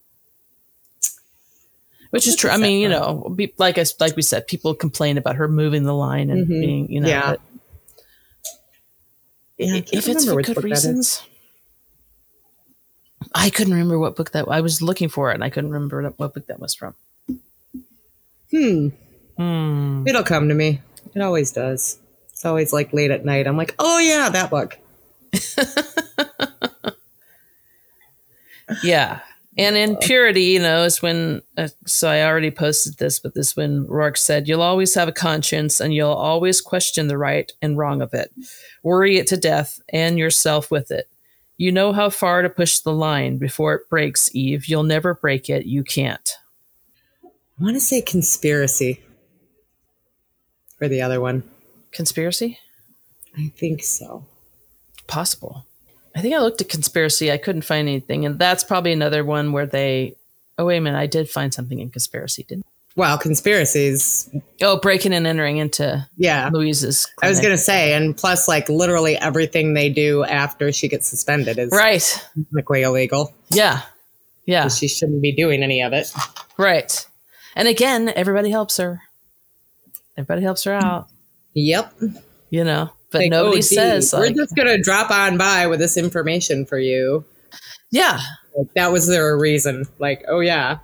Speaker 1: Which is
Speaker 2: What
Speaker 1: true.
Speaker 2: is
Speaker 1: I
Speaker 2: that
Speaker 1: mean, you
Speaker 2: from?
Speaker 1: know, be, like I, like we said, people complain about her moving the line and
Speaker 2: Mhm.
Speaker 1: being, you know,
Speaker 2: Yeah.
Speaker 1: but
Speaker 2: Yeah, I
Speaker 1: if
Speaker 2: can't
Speaker 1: it's
Speaker 2: remember
Speaker 1: for
Speaker 2: which
Speaker 1: good
Speaker 2: book that is.
Speaker 1: reasons. I couldn't remember what book that I was looking for it and I couldn't remember what book that was from.
Speaker 2: Hmm.
Speaker 1: Hmm.
Speaker 2: It'll come to me. It always does. It's always like late at night. I'm like, oh, yeah, that book.
Speaker 1: Yeah. And
Speaker 2: Uh,
Speaker 1: impurity, you know, is when, uh, so I already posted this, but this when Rourke said, You'll always have a conscience and you'll always question the right and wrong of it, worry it to death and yourself with it. You know how far to push the line before it breaks, Eve. You'll never break it. You can't.
Speaker 2: I want to say conspiracy or the other one.
Speaker 1: Conspiracy?
Speaker 2: I think so.
Speaker 1: possible. I think I looked at conspiracy. I couldn't find anything, and that's probably another one where they. Oh wait a minute! I did find something in conspiracy, didn't?
Speaker 2: Well, conspiracies.
Speaker 1: I? Oh, breaking and entering into
Speaker 2: Yeah.
Speaker 1: Louise's.
Speaker 2: I was
Speaker 1: clinic.
Speaker 2: going to say, and plus, like, literally everything they do after she gets suspended is
Speaker 1: Right.
Speaker 2: technically illegal.
Speaker 1: Yeah. Yeah.
Speaker 2: She shouldn't be doing any of it.
Speaker 1: Right. And again, everybody helps her. Everybody helps her out.
Speaker 2: Yep.
Speaker 1: You know, but
Speaker 2: Like,
Speaker 1: nobody
Speaker 2: oh, gee,
Speaker 1: says
Speaker 2: we're
Speaker 1: like,
Speaker 2: just gonna drop on by with this information for you.
Speaker 1: yeah,
Speaker 2: Like, that was their reason. Like, oh yeah,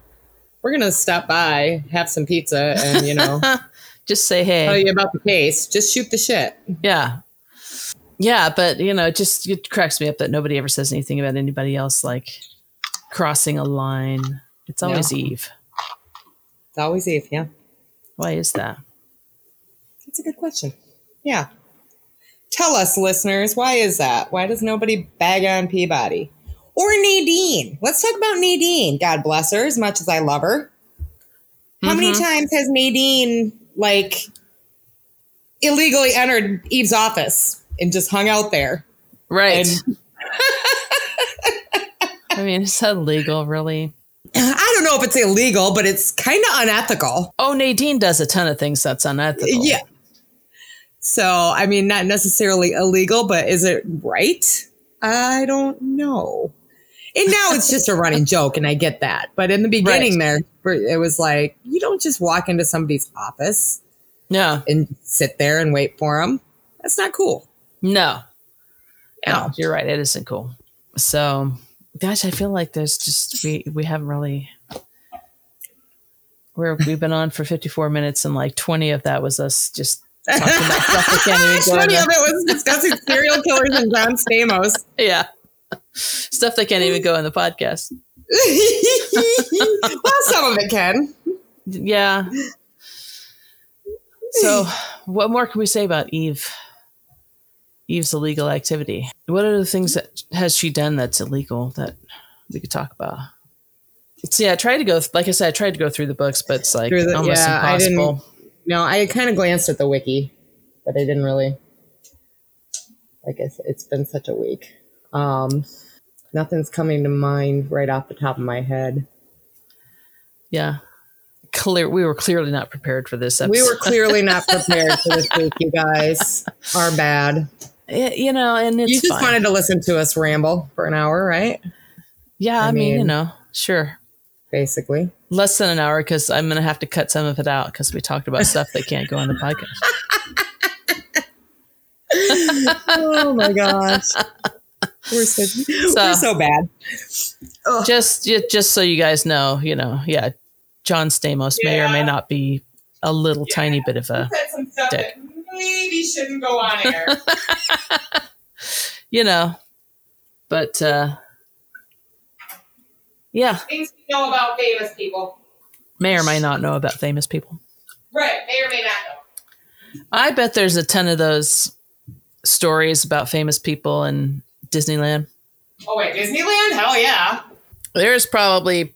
Speaker 2: we're gonna stop by, have some pizza, and you know,
Speaker 1: just say hey.
Speaker 2: tell you about the case. Just shoot the shit.
Speaker 1: Yeah. Yeah, but you know, it just it cracks me up that nobody ever says anything about anybody else like crossing a line. It's always
Speaker 2: No.
Speaker 1: Eve.
Speaker 2: It's always Eve. Yeah,
Speaker 1: Why is that?
Speaker 2: that's a good question. Yeah, tell us, listeners, why is that? Why does nobody bag on Peabody or Nadine? Let's talk about Nadine. God bless her. As much as I love her, How many
Speaker 1: Mhm.
Speaker 2: times has Nadine like illegally entered Eve's office and just hung out there?
Speaker 1: Right. I mean, is that legal really?
Speaker 2: I don't know if it's illegal, but it's kind of unethical.
Speaker 1: Oh, Nadine does a ton of things that's unethical.
Speaker 2: Yeah. So, I mean, not necessarily illegal, but is it right? I don't know. And now it's just a running joke, and I get that. But in the beginning, there, where it was like, you don't just walk into somebody's office
Speaker 1: No.
Speaker 2: and sit there and wait for them. That's not cool.
Speaker 1: No.
Speaker 2: No.
Speaker 1: No, you're right. It isn't cool. So, gosh, I feel like there's just we we haven't really we're we've been on for 54 minutes and like 20 of that was us just talking about stuff we can't even go
Speaker 2: Twenty
Speaker 1: into.
Speaker 2: of it was discussing serial killers and John Stamos.
Speaker 1: Yeah, stuff that can't even go in the podcast.
Speaker 2: well, some of it can.
Speaker 1: Yeah. So, what more can we say about Eve? Eve's illegal activity. What are the things that has she done that's illegal that we could talk about? So yeah, I tried to go. Like I said, I tried to go through the books, but it's like
Speaker 2: Through the-
Speaker 1: almost
Speaker 2: yeah, I didn't-
Speaker 1: impossible.
Speaker 2: No, I kind of glanced at the wiki, but I didn't really. Like I said, it's been such a week. Um, nothing's coming to mind right off the top of my head.
Speaker 1: Yeah, clear. We were clearly not prepared for this episode.
Speaker 2: We were clearly not prepared for this week, you guys. Our bad.
Speaker 1: Y- you know, and it's
Speaker 2: you just
Speaker 1: fine.
Speaker 2: wanted to listen to us ramble for an hour, right?
Speaker 1: yeah. I,
Speaker 2: I
Speaker 1: mean, you
Speaker 2: mean-
Speaker 1: know, sure.
Speaker 2: basically.
Speaker 1: Less than an hour because I'm going to have to cut some of it out because we talked about stuff that can't go on the podcast.
Speaker 2: oh my gosh. We're so, we're so bad.
Speaker 1: Just ju- just so you guys know, you know, yeah, John Stamos may or may
Speaker 2: Yeah.
Speaker 1: not be a little tiny bit of a,
Speaker 2: Said some stuff
Speaker 1: Dick.
Speaker 2: maybe shouldn't go on air.
Speaker 1: you know, but uh, yeah,
Speaker 2: Things we know about famous people.
Speaker 1: may or may not know about famous people.
Speaker 2: Right, may or may not know.
Speaker 1: I bet there's a ton of those stories about famous people in Disneyland.
Speaker 2: Oh wait, Disneyland? Hell yeah.
Speaker 1: There's probably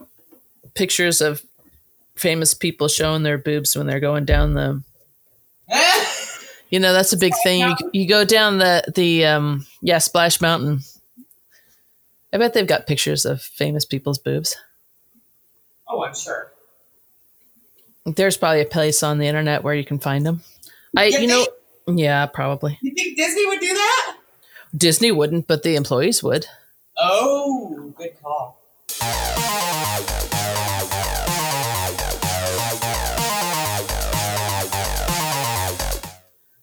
Speaker 1: pictures of famous people showing their boobs when they're going down the You know, that's a big thing. You, you go down the the um yeah, Splash Mountain. I bet they've got pictures of famous people's boobs.
Speaker 2: oh, I'm sure.
Speaker 1: There's probably a place on the internet where you can find them. I
Speaker 2: You
Speaker 1: you know yeah, probably.
Speaker 2: You think Disney would do that?
Speaker 1: Disney wouldn't, but the employees would.
Speaker 2: Oh, good call.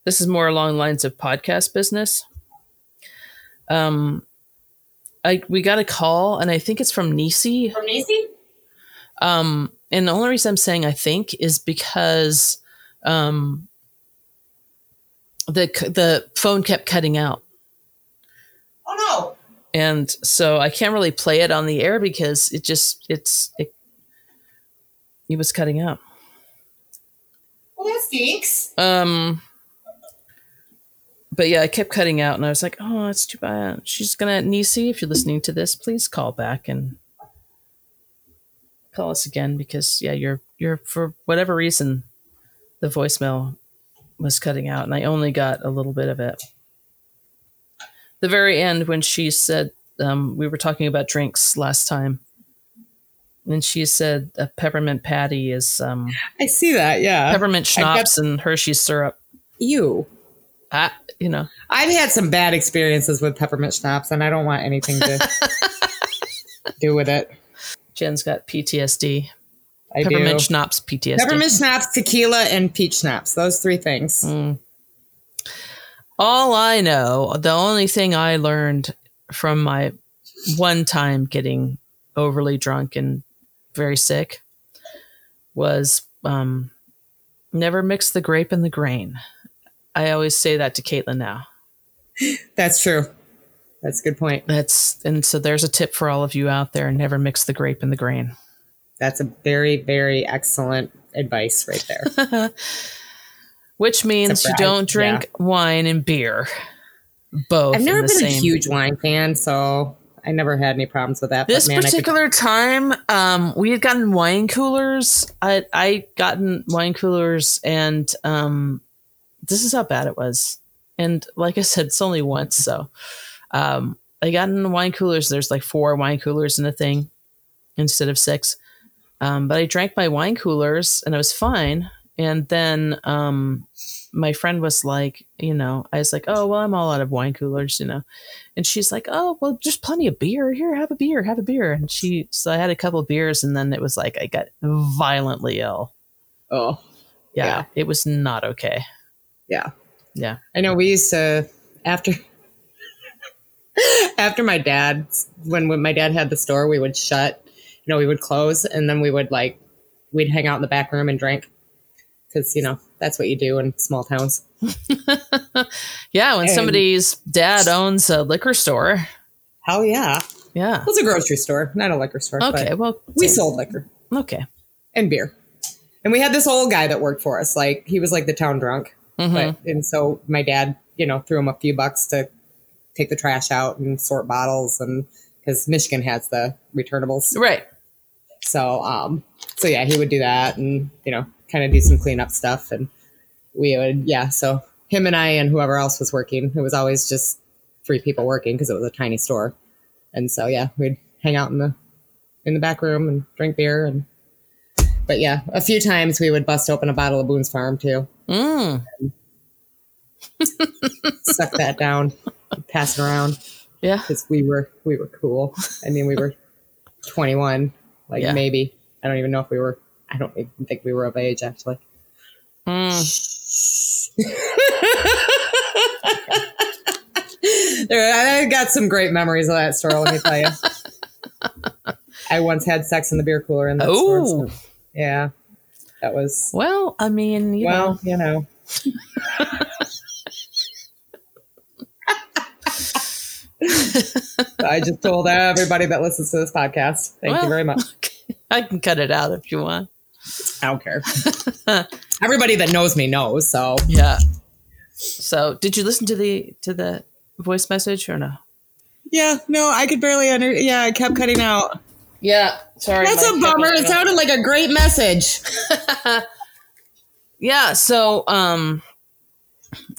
Speaker 1: This is more along the lines of podcast business. Um I we got a call and I think it's from Nisi
Speaker 2: From Nisi?
Speaker 1: Um, and the only reason I'm saying I think is because um, the the phone kept cutting out,
Speaker 2: Oh
Speaker 1: and so I can't really play it on the air because it just it's it, it was cutting out.
Speaker 2: no. Well, Oh, that stinks.
Speaker 1: Um, but yeah, I kept cutting out, and I was like, "Oh, that's too bad." She's gonna Nisi, if you're listening to this, please call back and call us again because yeah, you're you're for whatever reason, the voicemail was cutting out, and I only got a little bit of it. The very end when she said um, we were talking about drinks last time, and she said a peppermint patty is um,
Speaker 2: I see that, yeah.
Speaker 1: peppermint
Speaker 2: Uh, I kept-
Speaker 1: schnapps and Hershey syrup.
Speaker 2: You.
Speaker 1: I, you know,
Speaker 2: I've had some bad experiences with peppermint schnapps, and I don't want anything to do with it.
Speaker 1: Jen's got PTSD.
Speaker 2: I
Speaker 1: Peppermint
Speaker 2: do.
Speaker 1: schnapps PTSD.
Speaker 2: Peppermint schnapps, tequila, and peach schnapps. Those three things.
Speaker 1: Mm. All I know, the only thing I learned from my one time getting overly drunk and very sick was um, never mix the grape and the grain. I always say that to Caitlin now.
Speaker 2: That's true. That's a good point.
Speaker 1: That's and so there's a tip for all of you out there: never mix the grape and the grain.
Speaker 2: That's a very, very excellent advice right there.
Speaker 1: Which means you
Speaker 2: Surprise,
Speaker 1: don't drink wine and beer. Both.
Speaker 2: I've
Speaker 1: in
Speaker 2: never
Speaker 1: the
Speaker 2: been a
Speaker 1: same-
Speaker 2: huge wine fan, so I never had any problems with that.
Speaker 1: This
Speaker 2: but man,
Speaker 1: particular time, um, we had gotten wine coolers. I I gotten wine coolers, and um, this is how bad it was. And like I said, it's only once, so um, I got in wine coolers. There's like four wine coolers in the thing instead of six. Um, but I drank my wine coolers, and I was fine. And then um, my friend was like, you know, I was like, oh well, I'm all out of wine coolers, you know. And she's like, "Oh, well, there's plenty of beer here. Have a beer. Have a beer." And she, so I had a couple of beers, and then it was like I got violently ill.
Speaker 2: I could, oh,
Speaker 1: Yeah,
Speaker 2: Yeah.
Speaker 1: it was not okay.
Speaker 2: yeah,
Speaker 1: Yeah.
Speaker 2: I know we used to after after my dad when, when my dad had the store, we would shut. You know, we would close, and then we would like we'd hang out in the back room and drink because you know that's what you do in small towns.
Speaker 1: Yeah, when
Speaker 2: And-
Speaker 1: somebody's dad owns a liquor store.
Speaker 2: Hell yeah, it
Speaker 1: Yeah.
Speaker 2: was a grocery store, not a liquor store. but
Speaker 1: Okay. Well,
Speaker 2: we sold liquor.
Speaker 1: okay.
Speaker 2: and beer. And we had this old guy that worked for us. Like he was like the town drunk.
Speaker 1: Mhm.
Speaker 2: But and so my dad, you know, threw him a few bucks to take the trash out and sort bottles and because Michigan has the returnables.
Speaker 1: Right.
Speaker 2: So um so yeah, he would do that and you know, kind of do some cleanup stuff and we would yeah, so him and I and whoever else was working, it was always just three people working because it was a tiny store. And so yeah, we'd hang out in the in the back room and drink beer and but yeah, a few times we would bust open a bottle of Boone's Farm too.
Speaker 1: Mm.
Speaker 2: Suck that down, pass it around
Speaker 1: Yeah.
Speaker 2: because we were we were cool. I mean, we were 21, like
Speaker 1: Yeah.
Speaker 2: maybe I don't even know if we were. I don't even think we were of age actually.
Speaker 1: Mm.
Speaker 2: there, I got some great memories of that store. Let me tell you. I once had sex in the beer cooler in that store.
Speaker 1: Oh.
Speaker 2: so- yeah, that was
Speaker 1: Well, I mean, you
Speaker 2: well,
Speaker 1: know,
Speaker 2: you know. I just told everybody that listens to this podcast. Thank
Speaker 1: Well.
Speaker 2: you very much.
Speaker 1: I can cut it out if you want.
Speaker 2: I don't care. everybody that knows me knows. So
Speaker 1: Yeah. So, did you listen to the to the voice message or no?
Speaker 2: yeah, no, I could barely under. Yeah, I kept cutting out.
Speaker 1: Yeah. Sorry.
Speaker 2: That's a bummer. It sounded like a great message.
Speaker 1: yeah. So, um,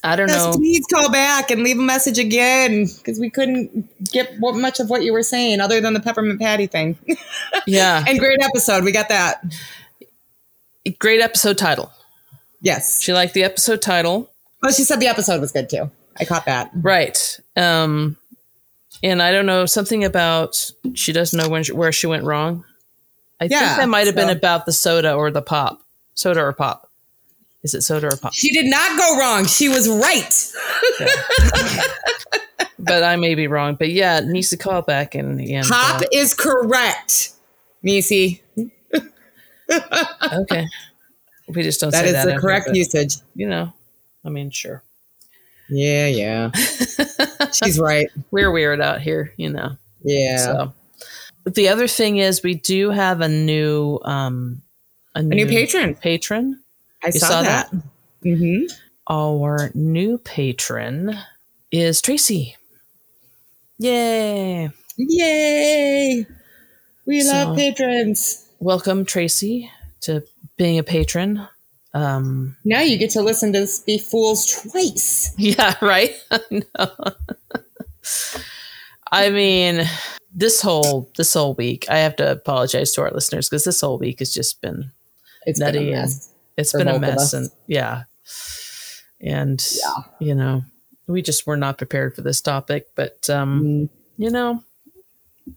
Speaker 1: I don't
Speaker 2: Yes,
Speaker 1: know.
Speaker 2: please call back and leave a message again because we couldn't get what much of what you were saying other than the peppermint patty thing.
Speaker 1: Yeah.
Speaker 2: and great episode, we got that.
Speaker 1: Great episode title.
Speaker 2: Yes.
Speaker 1: She liked the episode title.
Speaker 2: Well, she said the episode was good too. I caught that.
Speaker 1: Right. Um, and I don't know something about she doesn't know when she, where she went wrong. I
Speaker 2: Yeah,
Speaker 1: think that might have been
Speaker 2: so-
Speaker 1: about the soda or the pop, soda or pop. Is it soda or pop?
Speaker 2: She did not go wrong. She was right.
Speaker 1: but I may be wrong. But yeah, it needs to call back and and
Speaker 2: Pop is correct, Nisi.
Speaker 1: uh, okay. We just don't
Speaker 2: That
Speaker 1: say
Speaker 2: is
Speaker 1: that
Speaker 2: the
Speaker 1: ever,
Speaker 2: correct
Speaker 1: but,
Speaker 2: usage.
Speaker 1: You know, I mean, sure,
Speaker 2: Yeah, yeah. She's right.
Speaker 1: we're weird out here. You know.
Speaker 2: Yeah.
Speaker 1: So the other thing is we do have a new um a
Speaker 2: new patron.
Speaker 1: patron.
Speaker 2: I
Speaker 1: You
Speaker 2: saw,
Speaker 1: saw
Speaker 2: that. Mm-hmm.
Speaker 1: Our new patron is Tracy. Yay.
Speaker 2: Yay. We
Speaker 1: So-
Speaker 2: love patrons.
Speaker 1: Welcome Tracy to being a patron. Um
Speaker 2: Now you get to listen to this be fools twice.
Speaker 1: yeah, right? I know. I mean, this whole this whole week, I have to apologize to our listeners because this whole week has just been
Speaker 2: It's been
Speaker 1: Nutty
Speaker 2: a
Speaker 1: and-
Speaker 2: mess.
Speaker 1: it's
Speaker 2: for
Speaker 1: been a
Speaker 2: both of
Speaker 1: mess
Speaker 2: us.
Speaker 1: and yeah and
Speaker 2: Yeah.
Speaker 1: you know we just were not prepared for this topic but um
Speaker 2: Mm.
Speaker 1: you know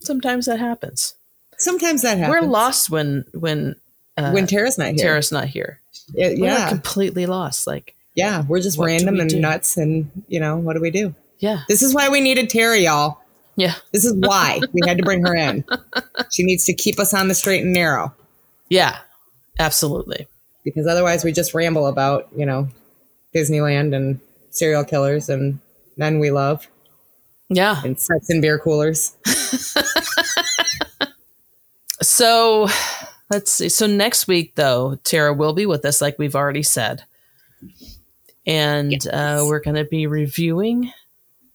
Speaker 1: sometimes that happens.
Speaker 2: Sometimes that happens.
Speaker 1: we're lost when when uh,
Speaker 2: when Tara's not here.
Speaker 1: Tara's not here
Speaker 2: It-
Speaker 1: we're
Speaker 2: yeah.
Speaker 1: completely lost like
Speaker 2: yeah. We're just
Speaker 1: What do
Speaker 2: random
Speaker 1: we
Speaker 2: and
Speaker 1: do?
Speaker 2: nuts and, you know, what do we do?
Speaker 1: yeah
Speaker 2: This is why we needed Tara, y'all.
Speaker 1: yeah
Speaker 2: This is why we had to bring her in. She needs to keep us on the straight and narrow
Speaker 1: yeah absolutely
Speaker 2: because otherwise we just ramble about, you know, Disneyland and serial killers and men we love
Speaker 1: yeah
Speaker 2: and sex and beer coolers.
Speaker 1: so let's see so next week though tara will be with us like we've already said and uh, we're going to be reviewing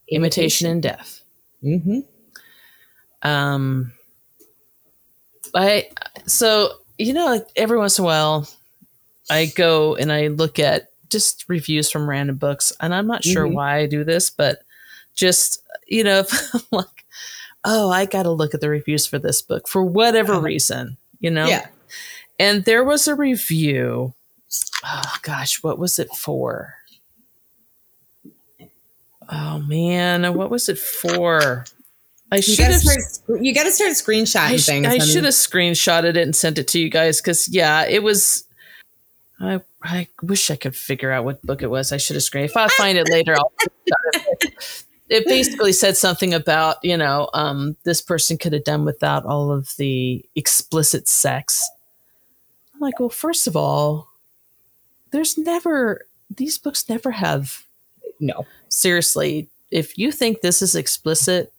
Speaker 1: imitation and death
Speaker 2: Mm-hmm.
Speaker 1: Um, I so you know, like every once in a while, I go and I look at just reviews from random books, and I'm not sure
Speaker 2: Mhm.
Speaker 1: why I do this, but just you know, if I'm like, oh, I got to look at the reviews for this book for whatever
Speaker 2: Uh-huh.
Speaker 1: reason, you know.
Speaker 2: Yeah.
Speaker 1: And there was a review. Oh gosh, what was it for? Oh man, what was it for? I
Speaker 2: You
Speaker 1: should
Speaker 2: gotta,
Speaker 1: have
Speaker 2: start, sc- you gotta start
Speaker 1: I,
Speaker 2: screenshotting
Speaker 1: sh-
Speaker 2: things.
Speaker 1: I
Speaker 2: and-
Speaker 1: should have screenshotted it and sent it to you guys because yeah, it was. I I wish I could figure out what book it was. I should have screened. If I find it later, I'll. It basically said something about you know um, this person could have done without all of the explicit sex. I'm like, well, first of all, there's never these books never have
Speaker 2: No.
Speaker 1: seriously, if you think this is explicit,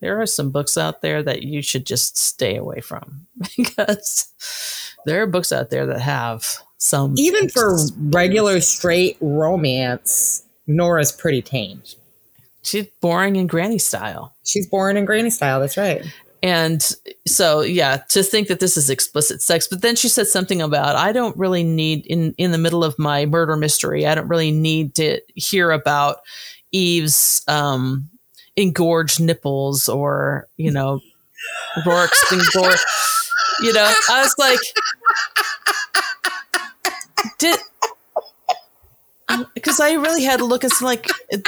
Speaker 1: there are some books out there that you should just stay away from because there are books out there that have some
Speaker 2: Even for regular straight romance, Nora's pretty tame.
Speaker 1: she's boring and granny style.
Speaker 2: She's born in granny style. That's right.
Speaker 1: And so, yeah, to think that this is explicit sex, but then she said something about I don't really need in in the middle of my murder mystery. I don't really need to hear about Eve's um, engorged nipples or you know Rourke's engorged. You know, I was like, did because I really had to look. It's like. It,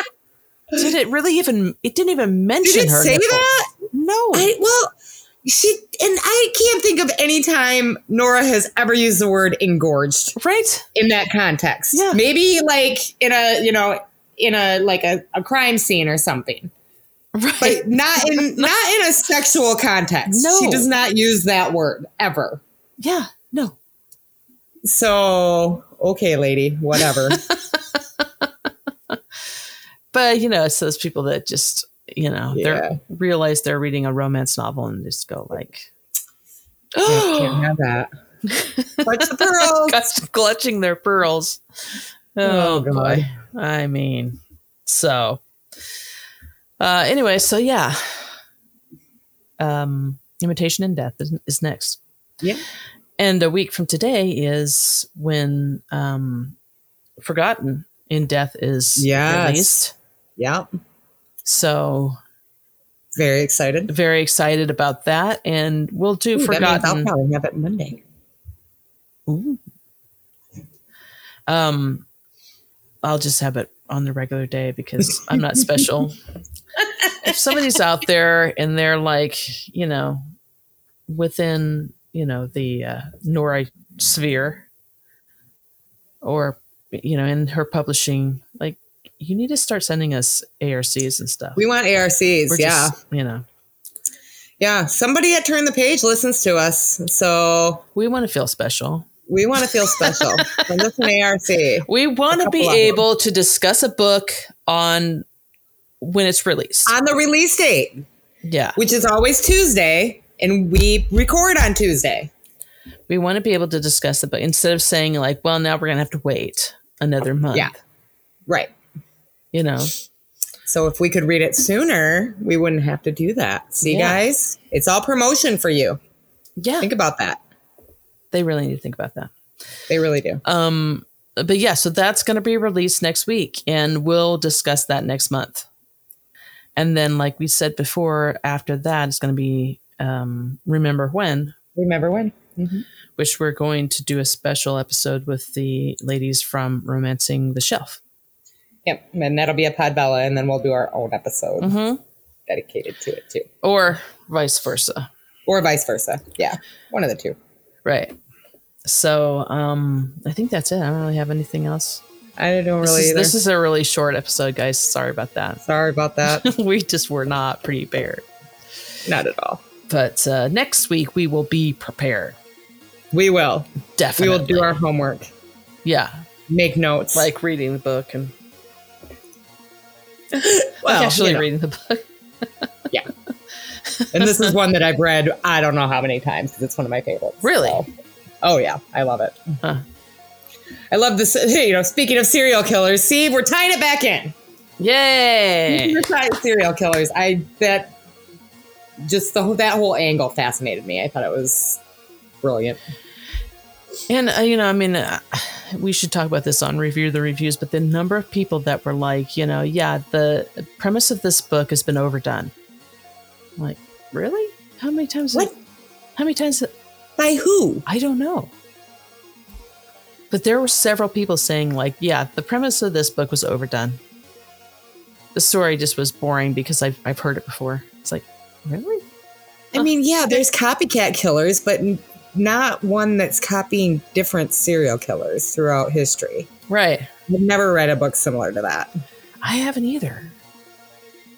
Speaker 1: did it really even? It didn't even mention
Speaker 2: Did it
Speaker 1: her.
Speaker 2: say
Speaker 1: nipples.
Speaker 2: that?
Speaker 1: No.
Speaker 2: I, well, She and I can't think of any time Nora has ever used the word engorged
Speaker 1: Right?
Speaker 2: in that context.
Speaker 1: Yeah.
Speaker 2: Maybe like in a, you know, in a like a, a crime scene or something.
Speaker 1: Right.
Speaker 2: But not in not in a sexual context.
Speaker 1: No.
Speaker 2: She does not use that word ever.
Speaker 1: yeah. No.
Speaker 2: So okay, lady, whatever.
Speaker 1: But you know, it's those people that just you know
Speaker 2: Yeah.
Speaker 1: they realize they're reading a romance novel and just go like,
Speaker 2: Yeah, can't have that. Clutch the pearls.
Speaker 1: Clutch- clutching their pearls. Oh,
Speaker 2: Oh,
Speaker 1: boy. I mean, so uh anyway, so yeah. Um Imitation and Death is, is next.
Speaker 2: Yeah.
Speaker 1: And a week from today is when um Forgotten in Death is
Speaker 2: Yes.
Speaker 1: released.
Speaker 2: Yeah,
Speaker 1: So
Speaker 2: very excited.
Speaker 1: very excited about that and we'll do
Speaker 2: Ooh, that means I'll
Speaker 1: Forgotten.
Speaker 2: probably have it Monday.
Speaker 1: Ooh. Um, I'll just have it on the regular day because I'm not special. if somebody's out there and they're like, you know, within, you know, the uh, Nora sphere or, you know, in her publishing, like, you need to start sending us ARCs and stuff.
Speaker 2: We want ARCs.
Speaker 1: We're
Speaker 2: yeah,
Speaker 1: just, you know,
Speaker 2: yeah. Somebody at Turn the Page listens to us, so
Speaker 1: we want to feel special.
Speaker 2: we want to feel special. Send us an ARC.
Speaker 1: We want to
Speaker 2: couple
Speaker 1: be
Speaker 2: of them.
Speaker 1: able to discuss a book on when it's released.
Speaker 2: on the release date,
Speaker 1: yeah.
Speaker 2: which is always Tuesday, and we record on Tuesday.
Speaker 1: We want to be able to discuss it, but instead of saying like, well, now we're going to have to wait another month,
Speaker 2: Yeah. Right.
Speaker 1: you know,
Speaker 2: So if we could read it sooner, we wouldn't have to do that. See,
Speaker 1: Yeah.
Speaker 2: guys, it's all promotion for you.
Speaker 1: yeah,
Speaker 2: Think about that.
Speaker 1: they really need to think about that.
Speaker 2: They really do.
Speaker 1: Um, but yeah, so that's going to be released next week and we'll discuss that next month. And then, like we said before, after that, it's going to be um, Remember When,
Speaker 2: Remember when?
Speaker 1: which we're going to do a special episode with the ladies from Romancing the Shelf.
Speaker 2: Yep. And that'll be a Podbella, and then we'll do our own episode
Speaker 1: hmm
Speaker 2: dedicated to it too,
Speaker 1: Or vice versa.
Speaker 2: or vice versa. Yeah, one of the two.
Speaker 1: Right. So um, I think that's it. I don't really have anything else.
Speaker 2: I don't
Speaker 1: This,
Speaker 2: really.
Speaker 1: is,
Speaker 2: either.
Speaker 1: this is a really short episode, guys. Sorry about that.
Speaker 2: Sorry about that.
Speaker 1: we just were not prepared.
Speaker 2: Not at all.
Speaker 1: But uh, next week we will be prepared.
Speaker 2: We will. We
Speaker 1: Definitely.
Speaker 2: will do our homework.
Speaker 1: yeah,
Speaker 2: Make notes.
Speaker 1: like reading the book and
Speaker 2: Well,
Speaker 1: like actually
Speaker 2: you know.
Speaker 1: reading the book.
Speaker 2: and this is one that I've read I don't know how many times because it's one of my favorites.
Speaker 1: Really?
Speaker 2: So- Oh yeah, I love it.
Speaker 1: Huh.
Speaker 2: I love this. You know, speaking of serial killers, see, we're tying it back in.
Speaker 1: Yay!
Speaker 2: Speaking of serial killers, I that just the whole- that whole angle fascinated me. I thought it was brilliant.
Speaker 1: And uh, you know, I mean, uh, we should talk about this on review the reviews. But the number of people that were like, you know, yeah, the premise of this book has been overdone. I'm like, really? How many times?
Speaker 2: What?
Speaker 1: How many times?
Speaker 2: By who?
Speaker 1: I don't know. But there were several people saying, like, yeah, the premise of this book was overdone. The story just was boring because I've I've heard it before. It's like, really?
Speaker 2: I mean, yeah, there's copycat killers, but n- not one that's copying different serial killers throughout history.
Speaker 1: Right.
Speaker 2: I've never read a book similar to that.
Speaker 1: I haven't either.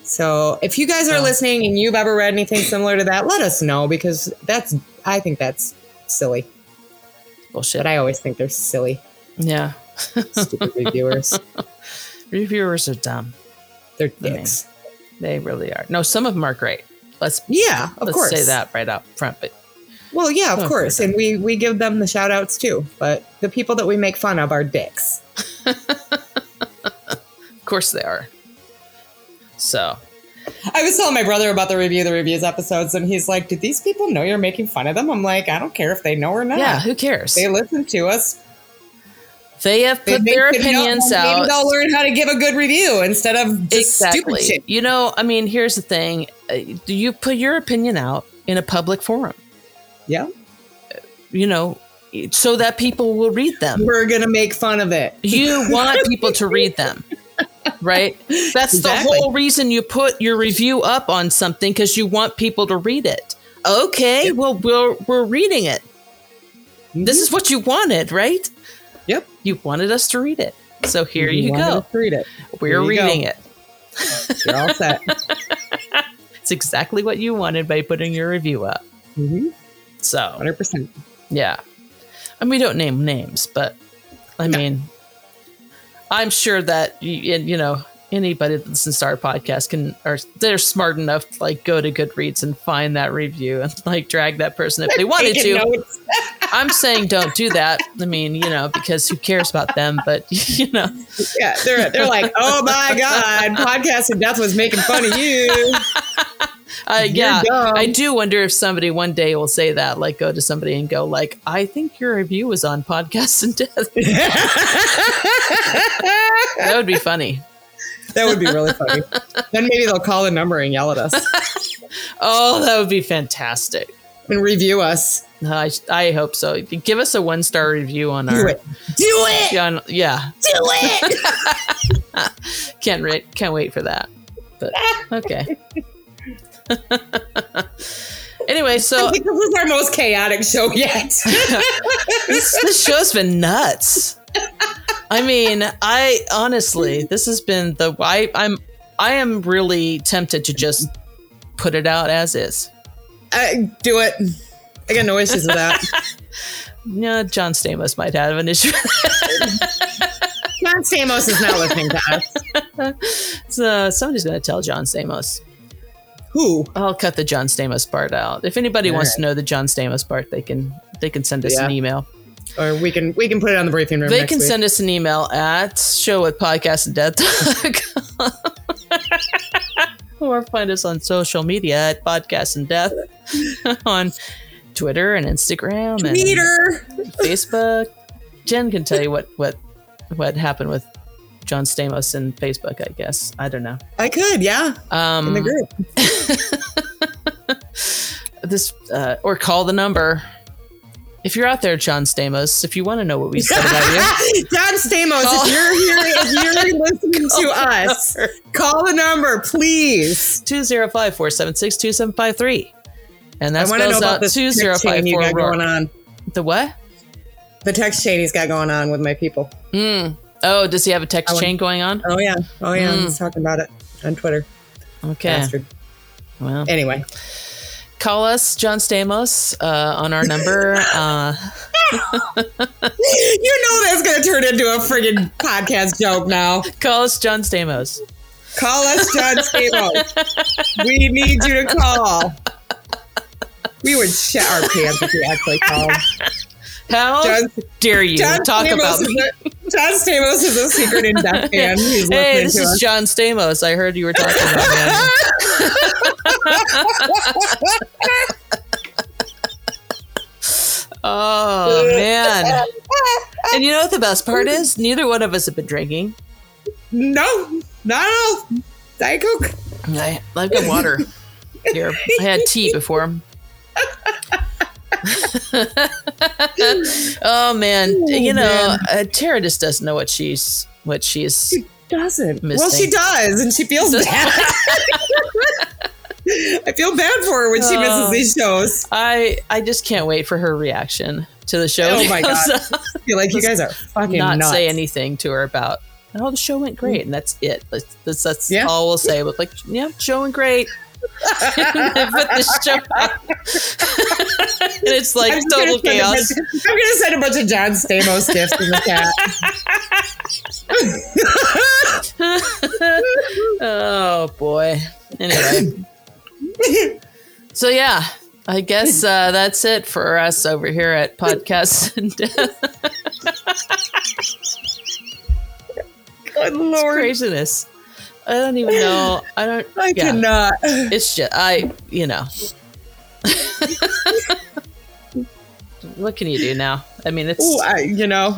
Speaker 2: So if you guys are
Speaker 1: Yeah.
Speaker 2: listening and you've ever read anything similar to that, let us know because that's I think that's silly.
Speaker 1: Bullshit.
Speaker 2: But I always think they're silly,
Speaker 1: yeah.
Speaker 2: stupid reviewers.
Speaker 1: Reviewers are dumb.
Speaker 2: They're
Speaker 1: mean,
Speaker 2: dicks.
Speaker 1: They really are. No, some of them are great. Let's
Speaker 2: Yeah, of
Speaker 1: let's
Speaker 2: course.
Speaker 1: say that right up front. But
Speaker 2: Well, yeah, of
Speaker 1: Oh,
Speaker 2: course.
Speaker 1: okay.
Speaker 2: And we we give them the shout outs too. But the people that we make fun of are dicks.
Speaker 1: of course they are. So
Speaker 2: I was telling my brother about the review the reviews episodes, and he's like, "Did these people know you're making fun of them?" I'm like, "I don't care if they know or not.
Speaker 1: yeah, who cares?
Speaker 2: They
Speaker 1: They,
Speaker 2: listen to us.
Speaker 1: have
Speaker 2: They
Speaker 1: put their
Speaker 2: make good notes,
Speaker 1: opinions
Speaker 2: and
Speaker 1: out.
Speaker 2: Maybe they'll learn how to give a good review instead of just
Speaker 1: exactly.
Speaker 2: stupid shit.
Speaker 1: You know, I mean, here's the thing: Uh, you put your opinion out in a public forum.
Speaker 2: Yeah.
Speaker 1: You know, so that people will read them.
Speaker 2: we're gonna make fun of it.
Speaker 1: You want people to read them. Right? That's
Speaker 2: Exactly.
Speaker 1: the whole reason you put your review up on something because you want people to read it. okay, well, we're, we're reading it. This is what you wanted, right?
Speaker 2: Mm-hmm. Yep.
Speaker 1: You wanted us to read it. So here you,
Speaker 2: wanted
Speaker 1: go.
Speaker 2: us to Read it.
Speaker 1: We're
Speaker 2: Here you go.
Speaker 1: reading it.
Speaker 2: You're all set.
Speaker 1: It's exactly what you wanted by putting your review up.
Speaker 2: Mhm.
Speaker 1: So,
Speaker 2: 100%.
Speaker 1: yeah. And we don't name names, but I
Speaker 2: No.
Speaker 1: mean, I'm sure that, y- and, you know, anybody that listens to our podcast can, or they're smart enough to like go to Goodreads and find that review and like drag that person if they wanted
Speaker 2: Taking
Speaker 1: to.
Speaker 2: notes.
Speaker 1: I'm saying don't do that. I mean, you know, because who cares about them? But, you know,
Speaker 2: Yeah, they're, they're like, oh my God, Podcast of Death was making fun of you.
Speaker 1: uh,
Speaker 2: You're
Speaker 1: yeah.
Speaker 2: dumb.
Speaker 1: I do wonder if somebody one day will say that, like, go to somebody and go, like, I think your review was on Podcasts and Death.
Speaker 2: that
Speaker 1: that would be funny.
Speaker 2: would be really funny. Then maybe they'll call the number and yell at us
Speaker 1: Oh, that would be fantastic.
Speaker 2: and review us.
Speaker 1: No, I, I hope so. Give us a one star review on
Speaker 2: Do
Speaker 1: our.
Speaker 2: it. Do it.
Speaker 1: Yeah, on- yeah.
Speaker 2: Do it.
Speaker 1: Can't re- can't wait for that. But okay. anyway, so
Speaker 2: this is our most chaotic show yet.
Speaker 1: this, this show's been nuts. I mean, I honestly, this has been the I, I'm I am really tempted to just put it out as is.
Speaker 2: I, Uh, do it. I got no issues with that.
Speaker 1: No, John Stamos might have an issue.
Speaker 2: John Stamos is not listening to us.
Speaker 1: so somebody's going to tell John Stamos.
Speaker 2: Who?
Speaker 1: I'll cut the John Stamos part out. If anybody
Speaker 2: All
Speaker 1: wants
Speaker 2: right.
Speaker 1: to know the John Stamos part, they can they can send us an
Speaker 2: Yeah.
Speaker 1: email.
Speaker 2: Or we can we can put it on the briefing room.
Speaker 1: They
Speaker 2: next
Speaker 1: can
Speaker 2: week.
Speaker 1: send us an email at show at podcast and death or find us on social media at podcast and death on Twitter and Instagram and
Speaker 2: Peter.
Speaker 1: Facebook. Jen can tell you what what what happened with John Stamos and Facebook. I guess I don't know.
Speaker 2: I could, yeah,
Speaker 1: Um,
Speaker 2: in the group.
Speaker 1: this uh, or call the number. If you're out there, John Stamos, if you want to know what we said about you,
Speaker 2: John Stamos,
Speaker 1: Call-
Speaker 2: if you're here, if you're listening to us, call the number, please.
Speaker 1: 205 476 2753. And that
Speaker 2: I want to
Speaker 1: spells
Speaker 2: know about
Speaker 1: out
Speaker 2: this text chain you
Speaker 1: 2054
Speaker 2: got going
Speaker 1: Rourke.
Speaker 2: on.
Speaker 1: The what?
Speaker 2: The text chain he's got going on with my people.
Speaker 1: Mm. Oh, does he have a
Speaker 2: I
Speaker 1: text
Speaker 2: wanna-
Speaker 1: chain going on?
Speaker 2: Oh yeah, oh yeah,
Speaker 1: Mm.
Speaker 2: he's talking about it on Twitter.
Speaker 1: Okay.
Speaker 2: Oh, Bastard.
Speaker 1: Well,
Speaker 2: Anyway,
Speaker 1: call us, John Stamos, uh, on our number. uh,
Speaker 2: you know that's going to turn into a friggin' podcast joke now.
Speaker 1: call us, John Stamos.
Speaker 2: Call us, John Stamos. we need you to call. We would shit our pants if you actually called.
Speaker 1: How
Speaker 2: John-
Speaker 1: dare you
Speaker 2: John
Speaker 1: talk
Speaker 2: Stamos
Speaker 1: about
Speaker 2: is
Speaker 1: me?
Speaker 2: A, John Stamos is a secret in death fan. He's
Speaker 1: Hey,
Speaker 2: listening
Speaker 1: this
Speaker 2: to
Speaker 1: is
Speaker 2: us.
Speaker 1: John Stamos. I heard you were talking about me. Oh, man. And you know what the best part is? Neither one of us have been drinking.
Speaker 2: no, not at all. Diet Coke.
Speaker 1: I, I've got water here. I had tea before. oh man, you know, Uh, Tara just doesn't know what she's what she's.
Speaker 2: Doesn't. Well,
Speaker 1: Missing.
Speaker 2: she does, and she feels bad. I feel bad for her when she misses
Speaker 1: Oh.
Speaker 2: these shows.
Speaker 1: I I just can't wait for her reaction to the show.
Speaker 2: Oh, my God.
Speaker 1: So,
Speaker 2: I feel like you guys are fucking
Speaker 1: not
Speaker 2: nuts.
Speaker 1: say anything to her about. Oh, the show went great, and that's it. That's that's, that's
Speaker 2: Yeah.
Speaker 1: all we'll say. But like, yeah, show went great. and then put this show up. and it's like
Speaker 2: I'm just
Speaker 1: total
Speaker 2: gonna send a
Speaker 1: chaos.
Speaker 2: bunch of- I'm going to send a bunch of John Stamos gifts in the chat.
Speaker 1: oh boy. Anyway. so yeah, I guess uh, that's it for us over here at Podcasts and Death
Speaker 2: Good lord,
Speaker 1: Craziness. I don't even know. I don't.
Speaker 2: I
Speaker 1: yeah.
Speaker 2: cannot.
Speaker 1: It's just I. You know. what can you do now? I mean, it's.
Speaker 2: Ooh, I, you know,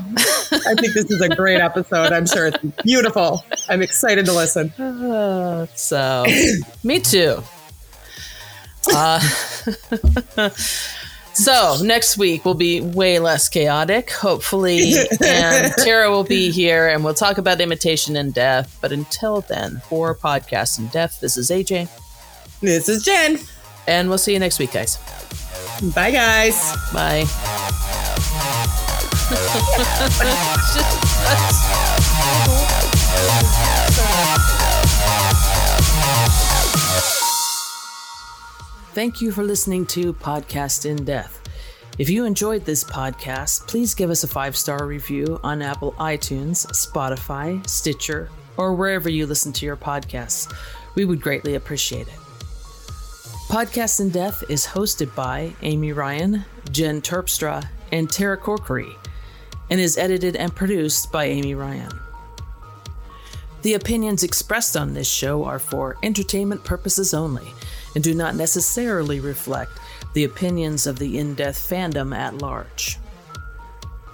Speaker 2: I think this is a great episode. I'm sure it's beautiful. I'm excited to listen.
Speaker 1: Uh, so, me too. Uh, so next week will be way less chaotic, hopefully, and Tara will be here, and we'll talk about imitation and death. But until then, for podcast and death, this is AJ,
Speaker 2: This is Jen.
Speaker 1: And we'll see you next week, guys.
Speaker 2: Bye, guys.
Speaker 1: Bye. It's just us. Thank you for listening to Podcast in Death. If you enjoyed this podcast, please give us a five star review on Apple iTunes, Spotify, Stitcher, or wherever you listen to your podcasts. We would greatly appreciate it. Podcast in Death is hosted by Amy Ryan, Jen Terpstra, and Tara Corkery, and is edited and produced by Amy Ryan. The opinions expressed on this show are for entertainment purposes only and do not necessarily reflect the opinions of the in death fandom at large.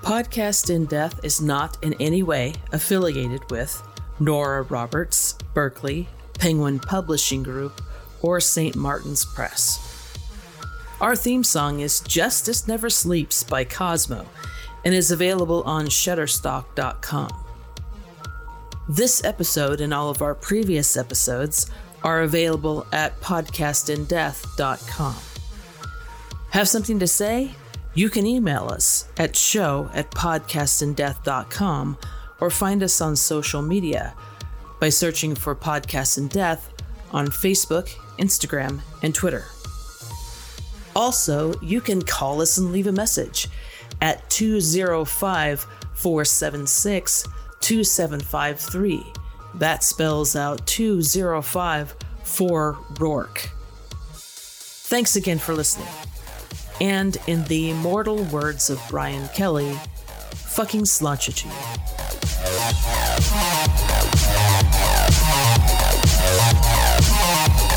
Speaker 1: Podcast in Death is not in any way affiliated with Nora Roberts, Berkeley, Penguin Publishing Group, or St. Martin's Press. Our theme song is Justice Never Sleeps by Cosmo and is available on Shutterstock.com. This episode and all of our previous episodes are available at podcastindeath.com. Have something to say? You can email us at show at podcastindeath.com or find us on social media by searching for Podcast in Death on Facebook, Instagram, and Twitter. Also, you can call us and leave a message at 205 476 2753. That spells out 205 4 Rourke. Thanks again for listening. And in the immortal words of Brian Kelly, fucking slouch at you.
Speaker 3: Yeah.